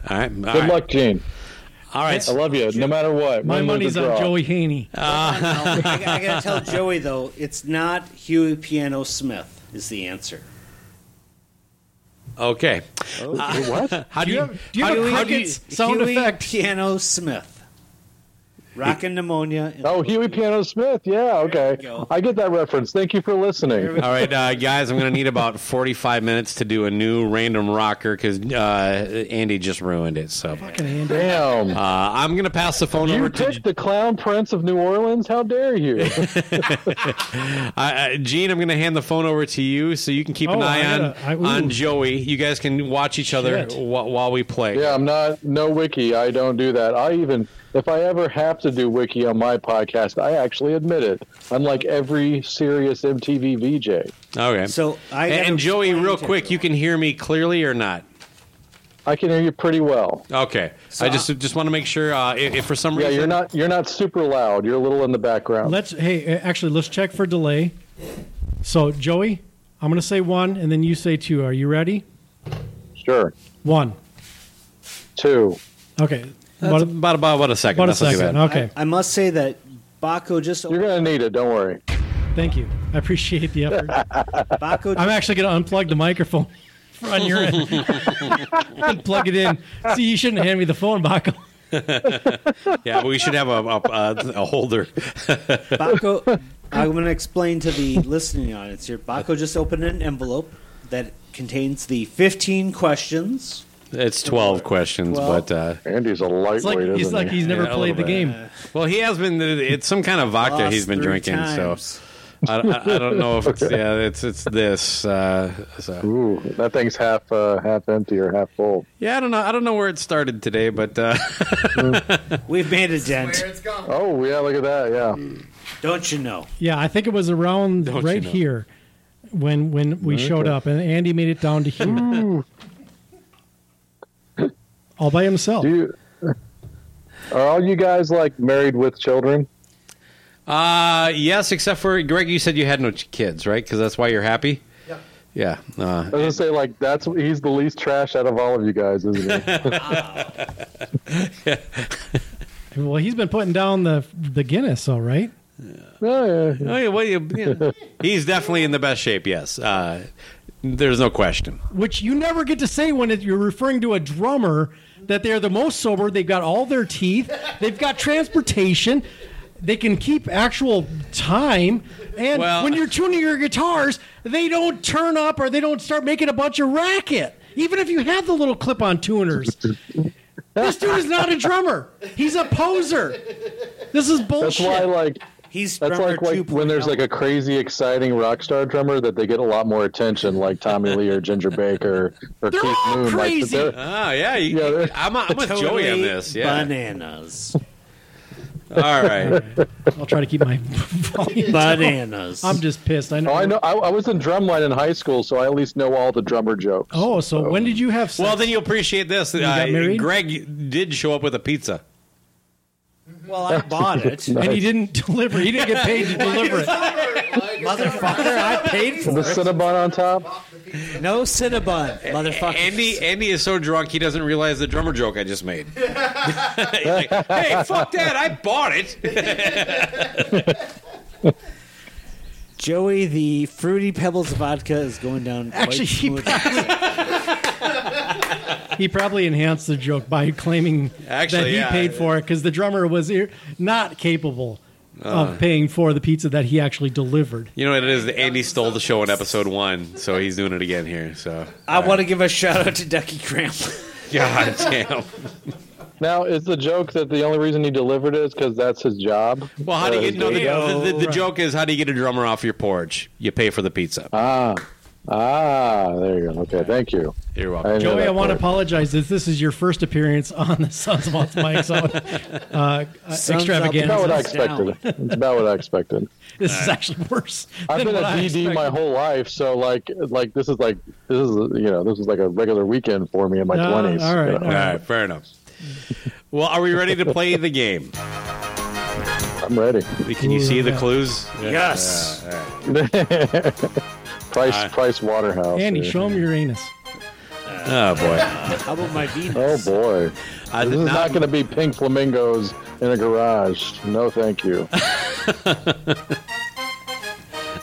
All right. All good right. luck, Gene. All right. I love you, no matter what. My Win, lose, money's or on draw. Joey Haney. I, I gotta tell Joey though, it's not Huey Piano Smith is the answer. Okay. What? *laughs* How do you? Oh, do you how have do you- how do you- crickets? sound Huey effect. Piano Smith. Rockin' pneumonia. and- Oh, Huey Piano Smith. Yeah, okay. you go. I get that reference. Thank you for listening. all right, uh, guys. I'm going to need about 45 minutes to do a new random rocker because uh, Andy just ruined it. So uh, Fucking Andy. Damn. Uh, I'm going to pass the phone over you to picked the clown prince of New Orleans? How *laughs* dare you? uh, Gene. I'm going to hand the phone over to you so you can keep an Oh, eye I on gotta- I- ooh. on Joey. You guys can watch each other Shit. wh- while we play. Yeah, I'm not no wiki. I don't do that. I even if I ever have to do wiki on my podcast, I actually admit it. Unlike every serious MTV VJ, Okay. So I and, gotta and Joey, explain real to quick, you everyone. can hear me clearly or not? I can hear you pretty well. Okay. So I just just want to make sure uh, if, if for some Yeah, reason you're not you're not super loud. You're a little in the background. Let's hey, a- actually, let's check for delay. So, Joey, I'm gonna say one, and then you say two. Are you ready? sure. One. Two. Okay. That's About, about, about about a second. about a That's not too second. bad. Okay. I must say that Baco just You're gonna need it. Don't worry. Thank you. I appreciate *laughs* the effort. Baco I'm actually gonna unplug the microphone *laughs* on *laughs* your end and plug it in. See, you shouldn't hand me the *laughs* phone, Baco. Yeah, but we should have a a, a, a holder. *laughs* Baco, I'm going to explain to the listening audience here. Baco just opened an envelope that contains the 15 questions. It's 12 questions, Twelve. but uh, Andy's a It's lightweight, like isn't he's like he? he's never Yeah, a played the little bit. game. well, he has been. It's some kind of vodka Lost he's been three drinking. So times. I, I, I don't *laughs* know if it's yeah, it's it's this. Uh, so. Ooh, that thing's half uh, half empty or half full. Yeah, I don't know. I don't know where it started today, but uh, We've made a dent. Where it's gone. Oh yeah, look at that. Yeah. Don't you know? Yeah, I think it was around Don't you right know. here when when we showed up, and Andy made it down to here *laughs* all by himself. Do you, are all you guys like married with children? uh, yes, except for Greg. You said you had no ch- kids, right? Because that's why you're happy. Yeah. Yeah. Uh, I was gonna say like that's he's the least trash out of all of you guys, isn't *laughs* he? Well, he's been putting down the the Guinness, all right. oh, yeah. oh, yeah, well, you, yeah. He's definitely in the best shape. Yes. Uh, there's no question. Which you never get to say when it, you're referring to a drummer that they're the most sober. They've got all their teeth. They've got transportation. They can keep actual time. And Well- when you're tuning your guitars, they don't turn up or they don't start making a bunch of racket. Even if you have the little clip-on tuners, this dude is not a drummer. He's a poser. This is That's bullshit. why like He's That's drummer oh. like, like when there's like a crazy, exciting rock star drummer that they get a lot more attention, like Tommy Lee or Ginger Baker or They're Keith all Moon. Like, crazy. they're- Oh yeah, you, Yeah, you- they're- I'm, I'm with Totally Joey on this. Yeah. *laughs* Bananas. All right. I'll try to keep *laughs* my volume down. Bananas. I'm just pissed. I know. Oh, I know. I, I was in drumline in high school, so I at least know all the drummer jokes. Oh, so when did you have? Sex? Well, then you appreciate this. got Uh, married? Greg did show up with a pizza. Well, I bought *laughs* it. and he didn't deliver. He didn't get *laughs* paid to deliver it. Motherfucker, I paid The for it. Cinnabon on top. No Cinnabon, motherfucker. Andy, Andy is so drunk he doesn't realize the drummer joke I just made. *laughs* He's like, hey, fuck that! I bought it. Joey, the Fruity Pebbles vodka is going down quite Actually, he smoothly. He probably enhanced the joke by claiming Actually, that he yeah. paid for it because the drummer was ir- not capable Uh. of paying for the pizza that he actually delivered. You know what it is? Andy stole the show in episode one, so he's doing it again here. So I want to give a shout out to Ducky Cramp. *laughs* God damn. Now, is the joke that the only reason he delivered it is because that's his job? Uh, Well, how do Or you his get? No, gig? the, the, the, the joke is how do you get a drummer off your porch? You pay for the pizza. Ah, ah, there you go. Okay, thank you. You're I know welcome. Joey, that I want to part. apologize that this is your first appearance on the Suns Moth Mike *laughs* so, uh, Suns It's about what extravaganza. I Up. expected. It's about what *laughs* I expected. This is actually worse. I've than been what I at DD my expected. whole life, so like, like this is like this is you know this is like a regular weekend for me in my Ah, twenties. all right, you know. all All right, fair enough. Well, are we ready to play the game? I'm ready. *laughs* Can you see the clues? Yes. Price Price Waterhouse. Andy, here. show him your anus. Oh boy. *laughs* How about my Venus? Oh boy, I this did is not not. going to be pink flamingos in a garage. No, *laughs* thank you.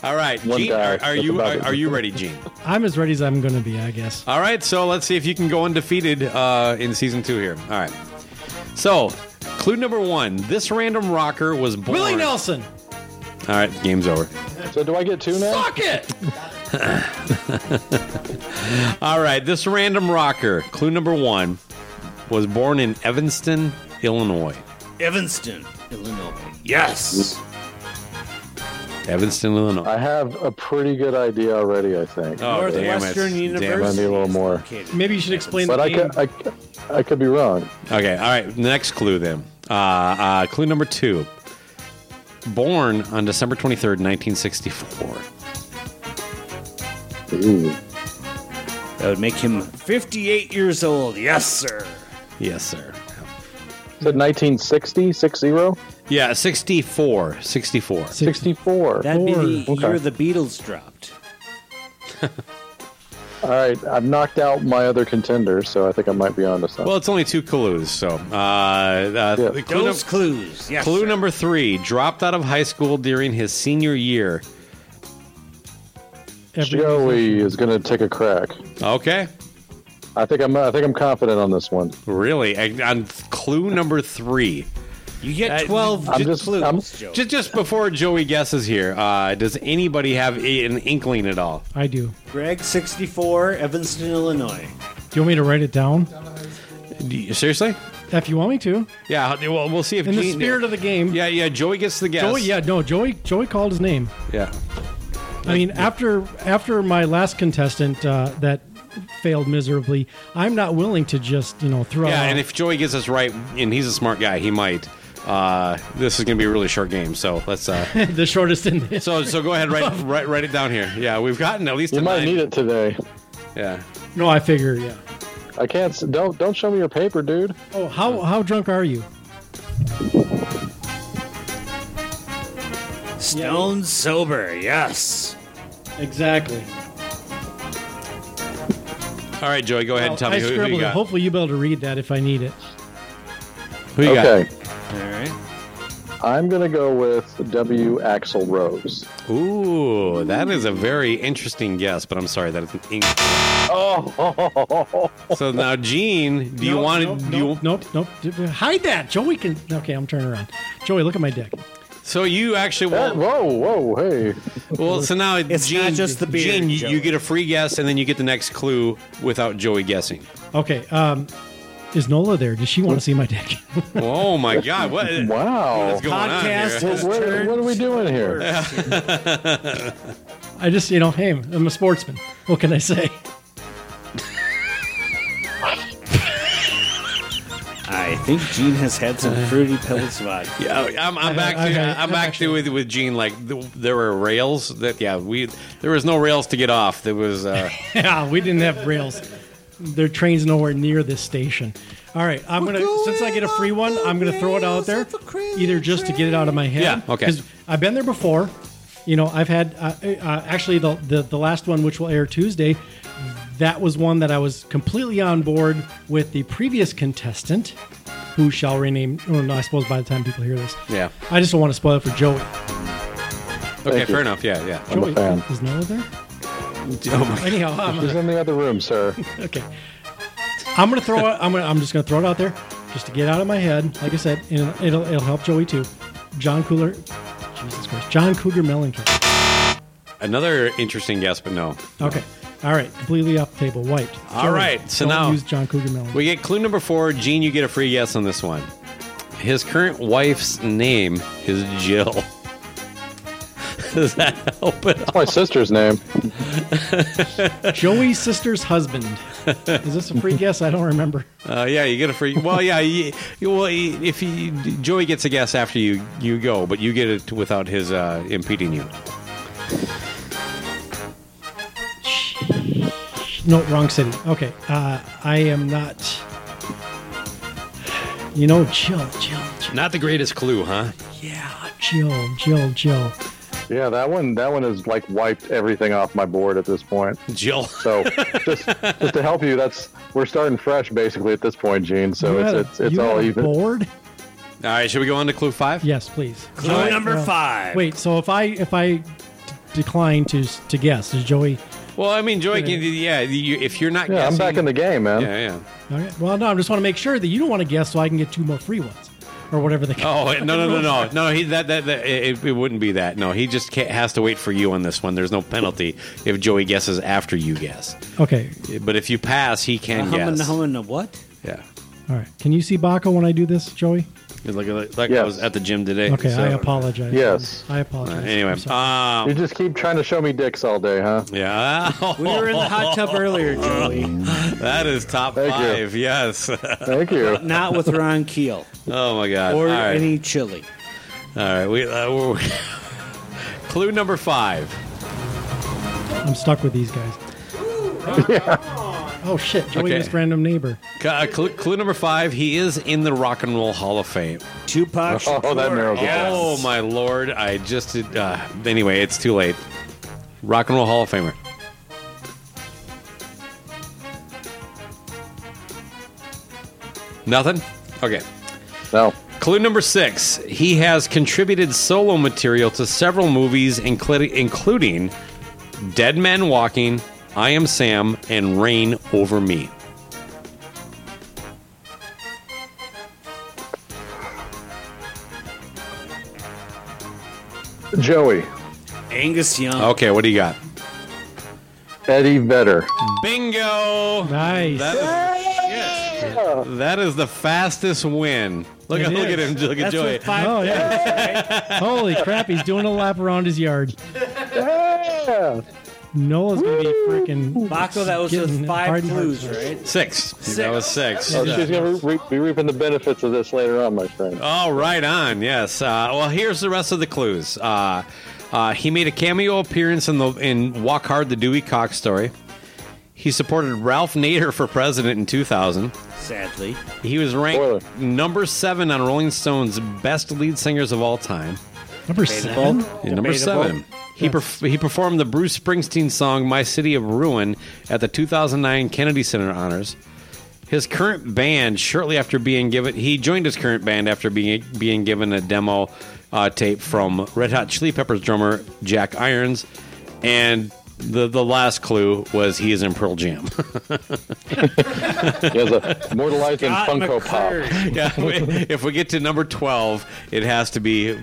All right, One Gene, are, guy. are That's you about are, it. are you ready, Gene? I'm as ready as I'm going to be, I guess. All right, so let's see if you can go undefeated uh, in season two here. All right. So, clue number one: this random rocker was born. Willie Nelson, All right, game's over. So do I get two now? fuck it. All right, this random rocker. Clue number one was born in Evanston, Illinois. Evanston, Illinois. Yes. Evanston, Illinois. I have a pretty good idea already, I think. Oh, damn it. Northwestern Damn it. I University. need a little more, Maybe you should explain but the I game. could, I, could- I could be wrong. Okay, all right. Next clue then. Uh, uh, clue number two. Born on December 23rd, 1964. Ooh. That would make him 58 years old. Yes, sir. Yes, sir. Is it 1960, 60, Yeah, 64. 64. 64? That'd be the Okay. year the Beatles dropped. All right, I've knocked out my other contender, so I think I might be onto something. Well, it's only two clues, so. Uh, uh, Yeah. clue, num- Those clues. Yes. clue sir. number three. Dropped out of high school during his senior year. Every- Joey is going to take a crack. Okay. I think I'm. I think I'm confident on this one. Really? And On clue number three. You Uh, get 12 I'm ju- just- clues. I'm- Joe. Just, just before Joey guesses here, uh, does anybody have a- an inkling at all? I do. Greg, 64, Evanston, Illinois. Do you want me to write it down? Do you- seriously? If you want me to. Yeah, well, we'll see if In the Gene- spirit of the game. Yeah, yeah. Joey gets the guess. Joey, yeah, no, Joey. Joey called his name. yeah. I mean, after after my last contestant uh, that failed miserably, I'm not willing to just you know throw. Yeah, Uh-huh. out- and if Joey gets this right, and he's a smart guy, he might. Uh, this is going to be a really short game, so let's. *laughs* Uh, *laughs* the shortest in this. so so go ahead, write, write write it down here. Yeah, we've gotten at least. You a might nine. need it today. Yeah. No, I figure. Yeah. I can't. s- Don't don't show me your paper, dude. Oh, how how drunk are you? Stone sober. Yes. Exactly. All right, Joey, go ahead and tell I me who, who you scribbled it. got. Hopefully, you'll be able to read that if I need it. Who you okay, All right. I'm going to go with W. Axel Rose. got? Ooh, that is a very interesting guess, but I'm sorry that it's an ink. Oh, So now, Gene, do you Nope, want to? Nope, do you, nope, nope, nope. D- Hide that, Joey. Can okay. I'm turning around. Joey, look at my dick. So you actually that, won't. whoa, whoa, hey! Well, so now It's Gene, not just the beard, Gene, you, Joey. *laughs* you get a free guess, and then you get the next clue without Joey guessing. Okay. Um, is Nola there? Does she want to see my dick? Oh my God! What? Wow! What is going Podcast on has here? turned what are we doing here? I just, you know, hey, I'm a sportsman. What can I say? *laughs* I think Gene has had some fruity pebbles vodka. Oh, Yeah, I'm, I'm back to Uh-huh, I'm back to with, with Gene. Like th there were rails that yeah we there was no rails to get off. There was *laughs* uh, yeah, we didn't have rails. Their train's nowhere near this station. All right, I'm gonna since I get a free one, I'm gonna throw it out there, either just to get it out of my head. Yeah, okay. 'cause I've been there before. You know, I've had uh, uh, actually the, the the last one, which will air Tuesday. That was one that I was completely on board with the previous contestant, who shall rename. Or no, I suppose by the time people hear this, yeah I just don't want to spoil it for Joey. okay you. fair enough yeah yeah I'm a fan. Is Noah there? Oh my *laughs* Anyhow, I'm, She's in the other room, sir. Okay. I'm gonna throw it. I'm gonna. I'm just gonna throw it out there, just to get out of my head. Like I said, and it'll it'll help Joey too. John Cooler, Jesus Christ, John Cougar Mellencamp. another interesting guess but no Okay. All right. Completely off the table. Wiped. All Joey, right, so don't now- use John Cougar Mellencamp. we get clue number four Gene you get a free yes on this one. His current wife's name is Jill. *laughs* Does that help at all? My sister's name. Joey's *laughs* sister's husband. Is this a free guess? I don't remember. Uh, yeah, you get a free. Well, yeah, you, you- well, you- if you, Joey gets a guess after you, you go, but you get it without his uh, impeding you. No, wrong city. Okay. Uh, I am not. You know, Jill, Jill, Jill. Not the greatest clue, huh? Yeah, Jill, Jill, Jill. Yeah, that one. That one has like wiped everything off my board at this point. Jill. So just just to help you, that's we're starting fresh basically at this point, Gene. So You had a- it's it's, it's you had all a even. Board? All right, should we go on to clue five? Yes, please. *laughs* Clue number five. Wait, so if I if I d- decline to s- to guess, is Joey? Well, I mean, Joey, can, yeah, you, if you're not Yeah, I'm guessing, back in the game, man. Yeah, yeah. Okay. Well, no, I just want to make sure that you don't want to guess, so I can get two more free ones, or whatever the. Oh wait, no, no, no, no, no. He that that, that it, it wouldn't be that. No, he just can't, has to wait for you on this one. There's no penalty if Joey guesses after you guess. Oh. Okay. But if you pass, he A can hum and a guess. hum and a what? Yeah. All right. Can you see Baco when I do this, Joey? Like, like, like I Yes. was at the gym today. Okay, so- I apologize. Yes. Uh, I apologize. Anyway, I'm sorry. um, You just keep trying to show me dicks all day, huh? yeah, *laughs* We were in the hot tub *laughs* earlier, Joey. that is top Thank you. five. Yes. *laughs* Thank you. Not with Ron Keel oh my god. or All right. any chili. All right. We, uh, we're- *laughs* clue number five. I'm stuck with these guys. Oh shit! Joey Okay. missed random neighbor. C- uh, clue, clue number five. He is in the Rock and Roll Hall of Fame. Tupac. Oh, that narrows it down. Oh my lord! I just did. Uh, anyway, it's too late. Rock and Roll Hall of Famer. Nothing. Okay. No. Clue number six. He has contributed solo material to several movies, including, including Dead Man Walking, I Am Sam, and Rain Over Me. Joey, Angus Young. Okay, what do you got? Eddie Vedder. Bingo! Nice. That is, shit. that is the fastest win. Look, It at look at is. him. Look at Joey. oh yeah! Holy crap! He's doing a lap around his yard. Yeah. Noah's gonna be freaking. Baco, that was with getting five hardened clues, hearts. right? Six. That was six. Oh, she's going to re- be reaping the benefits of this later on, my friend. Oh, right on. Yes. Uh, well, here's the rest of the clues. Uh, uh, he made a cameo appearance in the in Walk Hard: The Dewey Cox Story. He supported Ralph Nader for president in 2000. Sadly. He was ranked Spoiler. number seven on Rolling Stone's best lead singers of all time. Number seven. And number Debatable. seven, he perf- he performed the Bruce Springsteen song "My City of Ruin" at the 2009 Kennedy Center Honors. His current band, shortly after being given, he joined his current band after being being given a demo uh, tape from Red Hot Chili Peppers drummer Jack Irons, and the the last clue was he is in Pearl Jam. *laughs* He has a more *laughs* to life than Funko Pop. yeah, if we get to number twelve, it has to be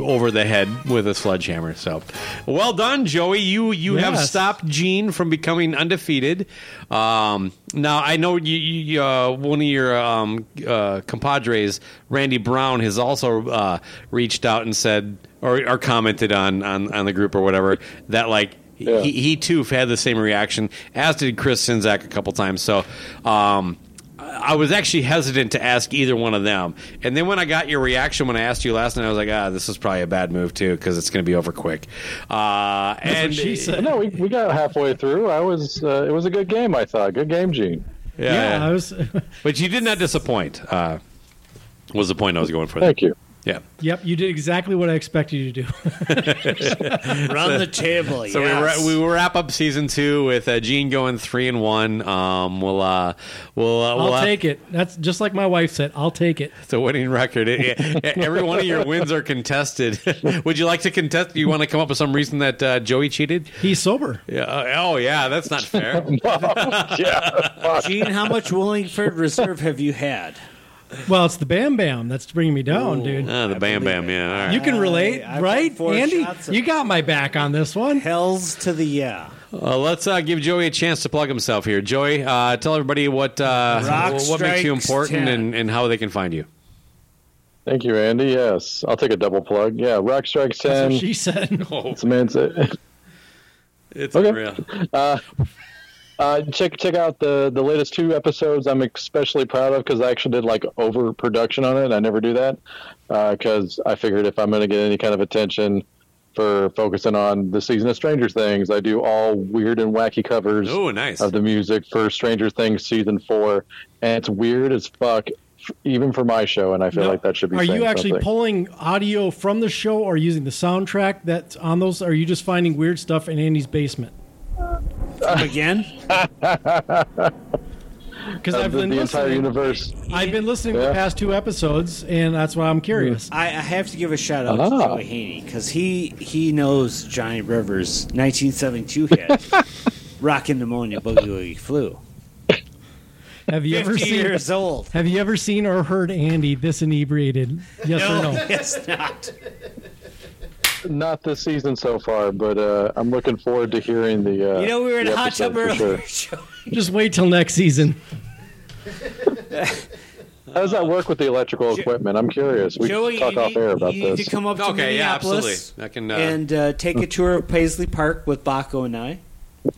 over the head with a sledgehammer. So, well done, Joey. You you have Yes. stopped Gene from becoming undefeated. Um, now I know you, you uh, one of your um, uh, compadres, Randy Brown, has also uh, reached out and said or, or commented on, on on the group or whatever that like. Yeah. He, he too had the same reaction, as did Chris Sinzak a couple times. So, um, I was actually hesitant to ask either one of them. And then when I got your reaction when I asked you last night, I was like, ah, this is probably a bad move too because it's going to be over quick. Uh, and No, we, we got halfway through. I was uh, it was a good game. I thought good game, Gene. Yeah, Yeah, I was. but you did not disappoint. Uh, was the point I was going for? Thank you. Yeah. *laughs* Yep, you did exactly what I expected you to do. Run the table, So yes. we, ra- we wrap up season two with uh, Gene going three and one. Um, we'll uh, we'll uh, we'll I'll have- take it. That's just like my wife said. I'll take it. It's a winning *laughs* record. It- it- every one of your wins are contested. *laughs* Would you like to contest? Do you want to come up with some reason that uh, Joey cheated? He's sober. Yeah. uh, oh, yeah. That's not *laughs* fair. Uh, *laughs* Gene, how much *laughs* Wallingford Reserve have you had? Well, it's the Bam Bam that's bringing me down, dude. Ah, the bam bam. Yeah. All right. You can relate, right, four Andy? shots You got my back on this one. Hells to the yeah. Uh, let's uh, give Joey a chance to plug himself here. Joey, uh, tell everybody what uh, Rock what makes you strikes important 10. and, and how they can find you. Thank you, Andy. Yes, I'll take a double plug. Yeah, Rock Strikes That's Ten. um, what she said. It's a man's. It's okay. real. Uh, uh, check check out the the latest two episodes. I'm especially proud of because I actually did like overproduction on it. I never do that because I figured if I'm going to get any kind of attention for focusing on the season of Stranger Things, I do all weird and wacky covers. Oh, nice. of the music for Stranger Things season four, and it's weird as fuck, f- even for my show. And I feel like that should be. Are you saying actually something. pulling audio from the show or using the soundtrack that's on those? Or are you just finding weird stuff in Andy's basement? Again? Because Of I've Uh, the, been the listening. entire universe. I've been listening to the past two episodes, and that's why I'm curious. I, I have to give a shout out to Ah. Joey Haney because he he knows Johnny Rivers' 1972 *laughs* hit "Rockin' Pneumonia Boogie Woogie Flu." Have *laughs* you ever 50 seen years old? Have you ever seen or heard Andy this inebriated? Yes or no? *laughs* Yes, not. Not this season so far, but uh, I'm looking forward to hearing the. Uh, You know, we were in the a hot episode tub for earlier. *laughs* sure. Just wait till next season. How does that work with the electrical equipment? I'm curious. We Joey, can you talk off air about You this. need to come up to Okay, yeah, Minneapolis absolutely. I can, uh, and uh, take a tour of Paisley Park with Baco and I.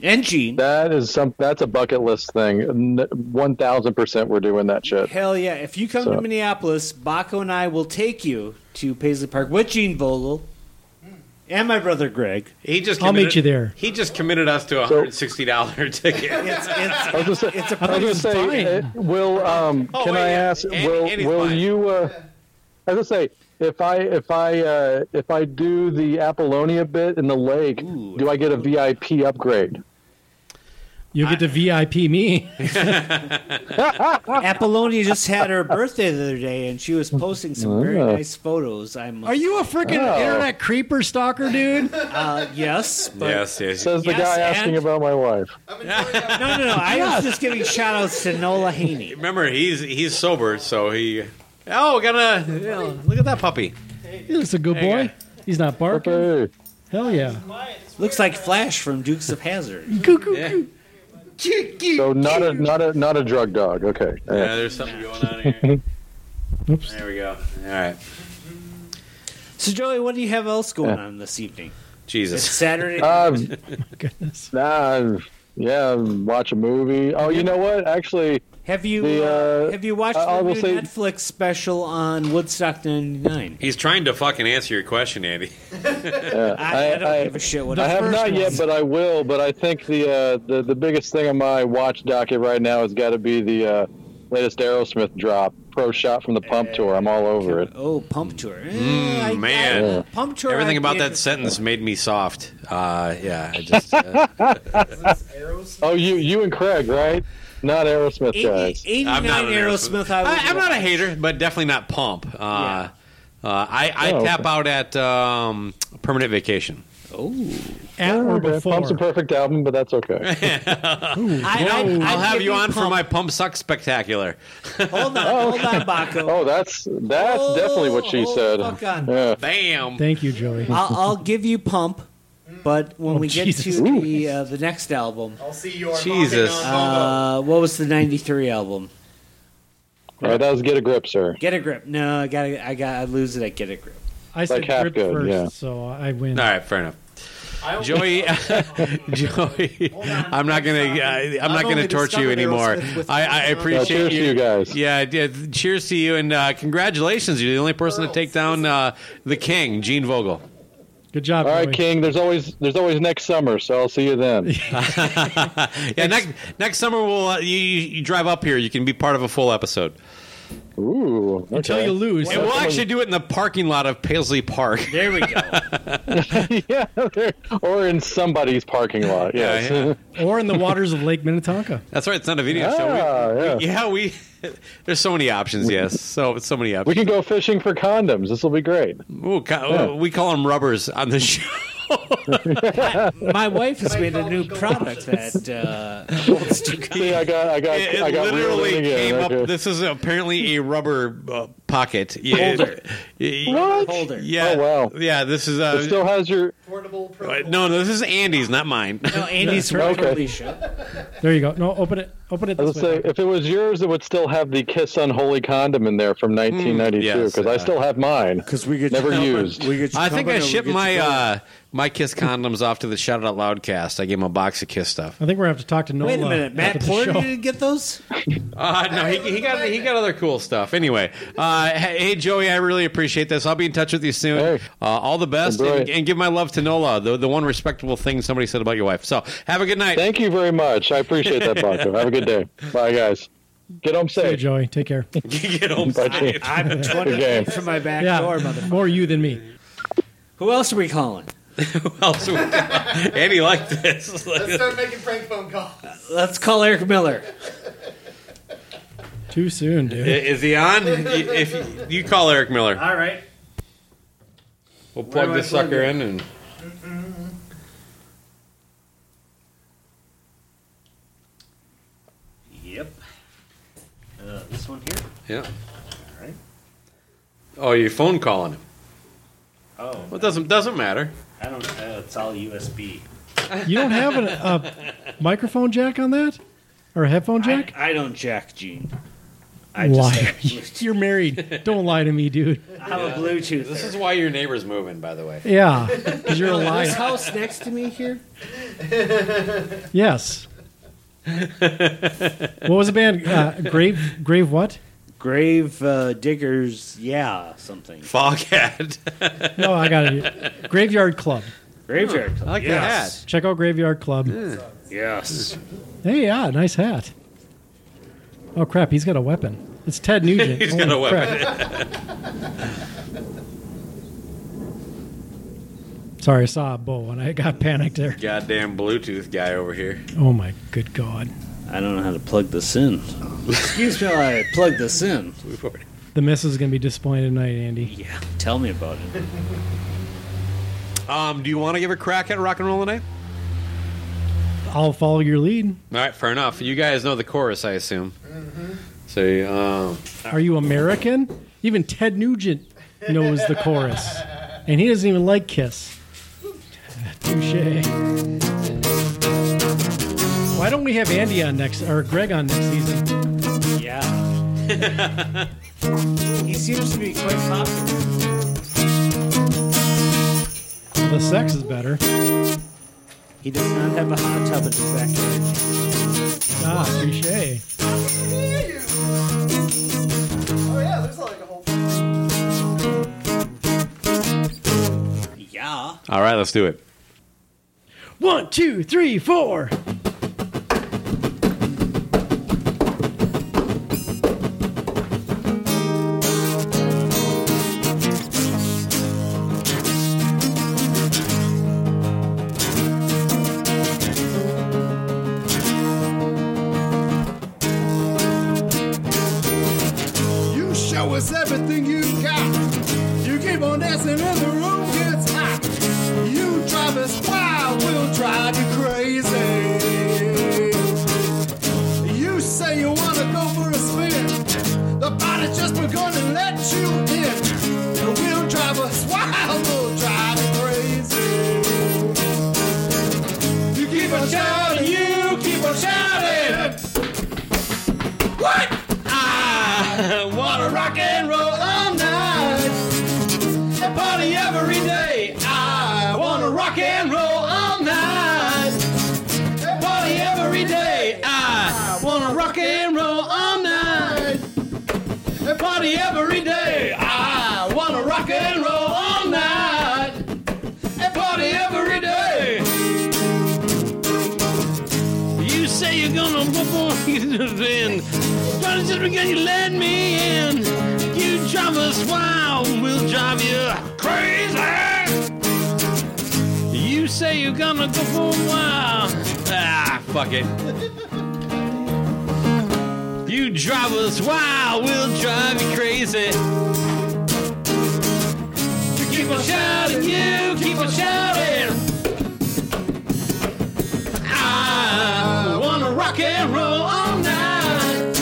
And Gene. That is some. That's a bucket list thing. One thousand percent, we're doing that shit. Hell yeah! If you come So- to Minneapolis, Baco and I will take you to Paisley Park with Gene Vogel and my brother Greg. He just I'll meet committed- you there. He just committed us to a hundred sixty dollar *laughs* ticket. *laughs* I was gonna say, it's I was gonna say uh, will um, Oh, can wait, I yeah. ask Andy- will Andy's will fine. you uh, I was gonna say if I if I uh, if I do the Apollonia bit in the lake, do I get a VIP upgrade? You'll get to VIP me. Apollonia just had her birthday the other day, and she was posting some very Ah. nice photos. I must Are you a freaking Oh. internet creeper stalker, dude? Uh, yes. But Yes, yes. Says the guy asking about my wife. no, no, no. I was just giving shout outs to Nola Haney. Remember, he's he's sober, so he. Oh, got to look at that puppy. He looks a good boy. He's not barking. Hell yeah. Looks like Flash from Dukes of Hazard. So not a not a not a drug dog. Okay. Yeah, there's something going on *laughs* here. *laughs* There we go. All right. So, Joey, what do you have else going on this evening? Jesus. It's Saturday. *laughs* Um, Goodness. Nah, yeah, watch a movie. Oh, you know *laughs* what? Actually, have you the, uh, Have you watched I- I the will new say- Netflix special on Woodstock '99? He's trying to fucking answer your question, Andy. Yeah, I- I don't give a shit what I the have first not one yet, is. but I will. But I think the uh, the the biggest thing on my watch docket right now has got to be the uh, latest Aerosmith drop, Pro Shot from the Pump Tour. I'm all over it. Oh, Eh, Pump Tour. Mm, man, Yeah. Pump tour Everything I'd about be that sentence made me soft. Uh, yeah, I just. Uh, oh, you you and Craig, right? Not Aerosmith guys. 89 an Aerosmith, I would I, am not a watch. hater, but definitely not pump. Uh, uh, I, I Oh, tap okay. out at um, permanent vacation. Oh. at or Okay, before. Pump's a perfect album, but *laughs* that's okay. I, I'd- I'd will have Oh. give you you on for Pump. my Pump Suck Spectacular. Hold *laughs* on, hold on, Baco. oh, that's that's Oh, definitely what she oh, said. fuck on. Yeah. Bam. Thank you, Joey. I'll, I'll give you Pump, but when Oh, we get Jesus. to the uh, the next album, I'll see you. Jesus. uh, what was the '93 album? All right, that was get a grip, sir. Uh, Get a grip. No, I got I got I lose it at Get a Grip. I said like half grip good, first, yeah. so I win. All right, fair enough. I only- Joey, *laughs* Joey, I'm not gonna, uh, I'm not gonna only torture you discovered anymore. Aerosmith with- I, I Uh, appreciate cheers you. to you guys. Yeah, I did. Cheers to you, and uh, congratulations! You're the only person to take down uh, the king, Gene Vogel. Good job, All right, Joey. King. There's always there's always next summer, so I'll see you then. Yeah, next next summer we'll uh, you, you you drive up here. You can be part of a full episode. Ooh, okay. Until you lose. And we'll actually do it in the parking lot of Paisley Park. There we go. *laughs* yeah, okay. or in somebody's parking lot. Yes. Yeah, *laughs* yeah. or in the waters of Lake Minnetonka. That's right. It's not a video show. Ah, yeah. We, yeah, we. *laughs* There's so many options. Yes, so so many We options. can go fishing for condoms. This will be great. Ooh, ca- oh, We call them rubbers on the *laughs* show. *laughs* My wife has made a new product that uh, holds *laughs* two See, I got, I got, It, I it got literally reeled in again. came up. Okay. This is apparently a rubber uh, pocket. Yeah, Holder. yeah, What? holder. Yeah. Oh, wow. Yeah, this is. Uh, It still has your. Portable. uh, portable. no, no, this is Andy's, not mine. No, Andy's from Okay. Alicia. There you go. No, open it. Open it I this was way. say, if it was yours, it would still have the Kiss Unholy condom in there from 1992 yes, because I uh, still have mine. Because we get Never used. We get I think I shipped my uh, my Kiss condoms off to the Shout It Out Loudcast. I gave him a box of Kiss *laughs* stuff. I think we're gonna have to talk to Nola. Wait a minute, Matt after the Porter show. didn't get those. Uh, no, he, he got he got other cool stuff. Anyway, uh, hey hey, Joey, I really appreciate this. I'll be in touch with you soon. Hey. Uh, all the best, Enjoy. and, and give my love to Nola, the the one respectable thing somebody said about your wife. So have a good night. Thank you very much. I appreciate that, Baco. have a *laughs* good day. Bye, guys. Get home Hey, safe. Joey, take care. *laughs* Get home Bye, safe. Jane. I'm 20 Good game. from my back yeah, door, mother. more you than me. Who else are we calling? else would- Andy liked *laughs* this. *laughs* Let's start making prank phone calls. Let's call Eric Miller. Too soon, dude. Is he on? If you call Eric Miller, All right. we'll plug do I this sucker in and. Yep. Uh, this one here. Yeah. All right. Oh, your phone calling him. Oh, Well, it doesn't doesn't matter. I don't. Uh, it's all USB. You don't have a uh, microphone jack on that, or a headphone I, jack? I don't jack, Gene. I Why? *laughs* just You're married. Don't lie to me, dude. I have a Bluetooth. This is why your neighbor's moving, by the way. *laughs* Yeah, because *laughs* you're a this liar. house next to me here. Yes. What was the band? Uh, grave, grave what? Grave uh, diggers, yeah, something. Foghat. *laughs* No, I got it. Graveyard Club. Graveyard. I like your yes. hat. Check out Graveyard Club. Yes. Hey, yeah, nice hat. Oh crap, he's got a weapon. It's Ted *laughs* Nugent. He's got a Holy weapon. crap. Sorry, I saw a bow and I got panicked there. Goddamn Bluetooth guy over here. Oh my good god. I don't know how to plug this *laughs* in. Excuse me while I plug this in. The missus is gonna be disappointed tonight, Andy. Yeah. Tell me about it. Um, do you want to give a crack at rock and roll tonight? I'll follow your lead. All right, fair enough. You guys know the chorus, I assume. Mm-hmm. So, um, Are you American? Even Ted Nugent knows the chorus. And he doesn't even like Kiss. Touche. Why don't we have Andy on next or Greg on next season? Yeah. *laughs* he seems to be quite popular. The sex is better. He does not have a hot tub in his backyard. Ah, touche. Oh yeah, there's like a whole. *laughs* Yeah. all right, let's do it. One, two, three, four. You show us everything you got. You keep on dancing and the room gets hot. You drive us wild with Ah, *laughs* gonna rock and roll all night and party every day. I wanna rock and roll all night and party every day. You say you're gonna go Oh, for in. Try to just begin, you let me in. You drive us wild, we'll drive you crazy. You say you're gonna go for a while. Ah, fuck it. You drive us wild, we'll drive you crazy. You keep on shouting, you keep on shouting. I wanna rock and roll all night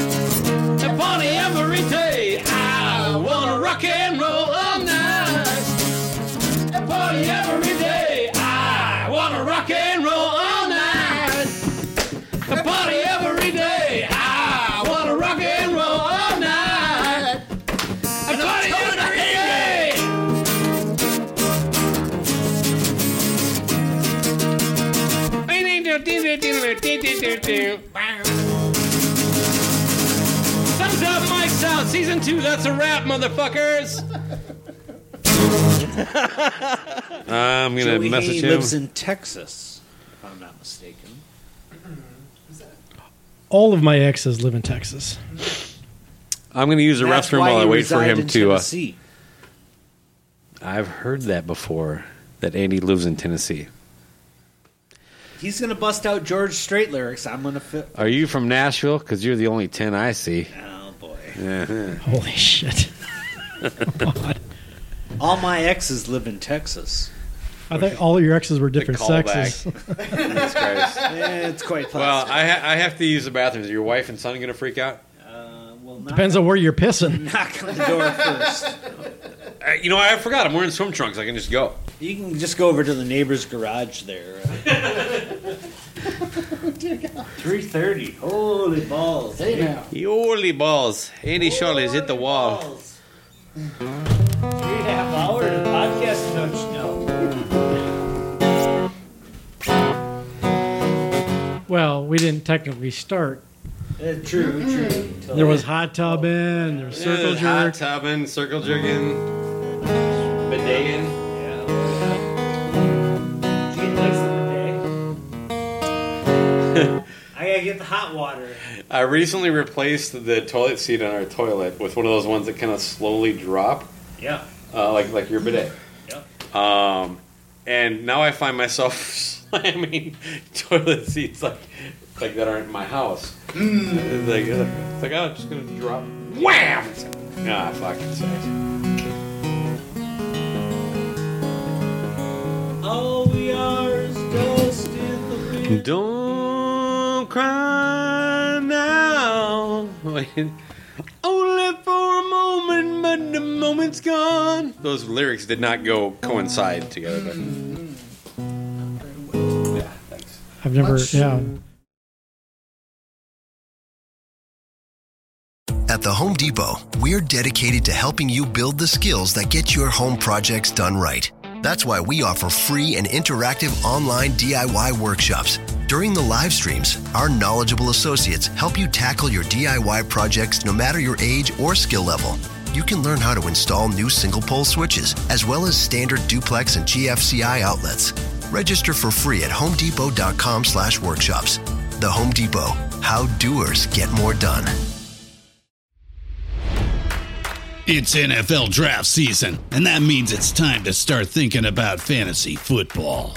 and party every day. I wanna rock and roll all night and party every day. I wanna rock and roll all night and party every day. I wanna rock and roll all night and party every day. Thumbs up, Mike's out. Season two, that's a wrap, motherfuckers. *laughs* I'm gonna Joey message Hayes him. lives in Texas, if I'm not mistaken. All of my exes live in Texas. I'm gonna use the That's restroom why while I he wait for resigned him in to. Uh, Tennessee. I've heard that before. That Andy lives in Tennessee. He's going to bust out George Strait lyrics. I'm going to fit. Are you from Nashville? Because you're the only ten I see. Oh boy! Yeah. Holy shit! All my exes live in Texas. I think all of your exes were different callback. *laughs* sexes. Jesus Christ. Eh, it's quite Well, possible. I, ha- I have to use the bathrooms. Your wife and son gonna freak out? uh, well knock, Depends on where you're pissing. knock on the door first. Uh, you know, I forgot. I'm wearing swim trunks. I can just go. You can just go over to the neighbor's garage there. Three thirty. Holy balls! Hey now. Holy balls! Andy Shirley's hit the wall. Three and a half hour to podcast coach. No. Well, we didn't technically start. Eh, true. True. There was hot tubbing, there was circle Hot jerk. tubbing, circle jerking, bideting. Gene likes it today. *laughs* I gotta get the hot water. I recently replaced the toilet seat on our toilet with one of those ones that kind of slowly drop, Yeah. uh, like like your bidet. Yep. Um, and now I find myself *laughs* slamming toilet seats like like that aren't in my house. It's like, it's like, oh, it's just gonna drop. Wham! It's like, Ah, fucking sucks. All we are is dust in the wind. Don't cry now. Wait. Only for a moment, but the moment's gone. Those lyrics did not go coincide together. But yeah, thanks. I've never, yeah. At the Home Depot, we're dedicated to helping you build the skills that get your home projects done right. That's why we offer free and interactive online DIY workshops. During the live streams, our knowledgeable associates help you tackle your DIY projects no matter your age or skill level. You can learn how to install new single pole switches, as well as standard duplex and GFCI outlets. Register for free at homedepot.com slash workshops. The Home Depot, how doers get more done. It's NFL draft season, and that means it's time to start thinking about fantasy football.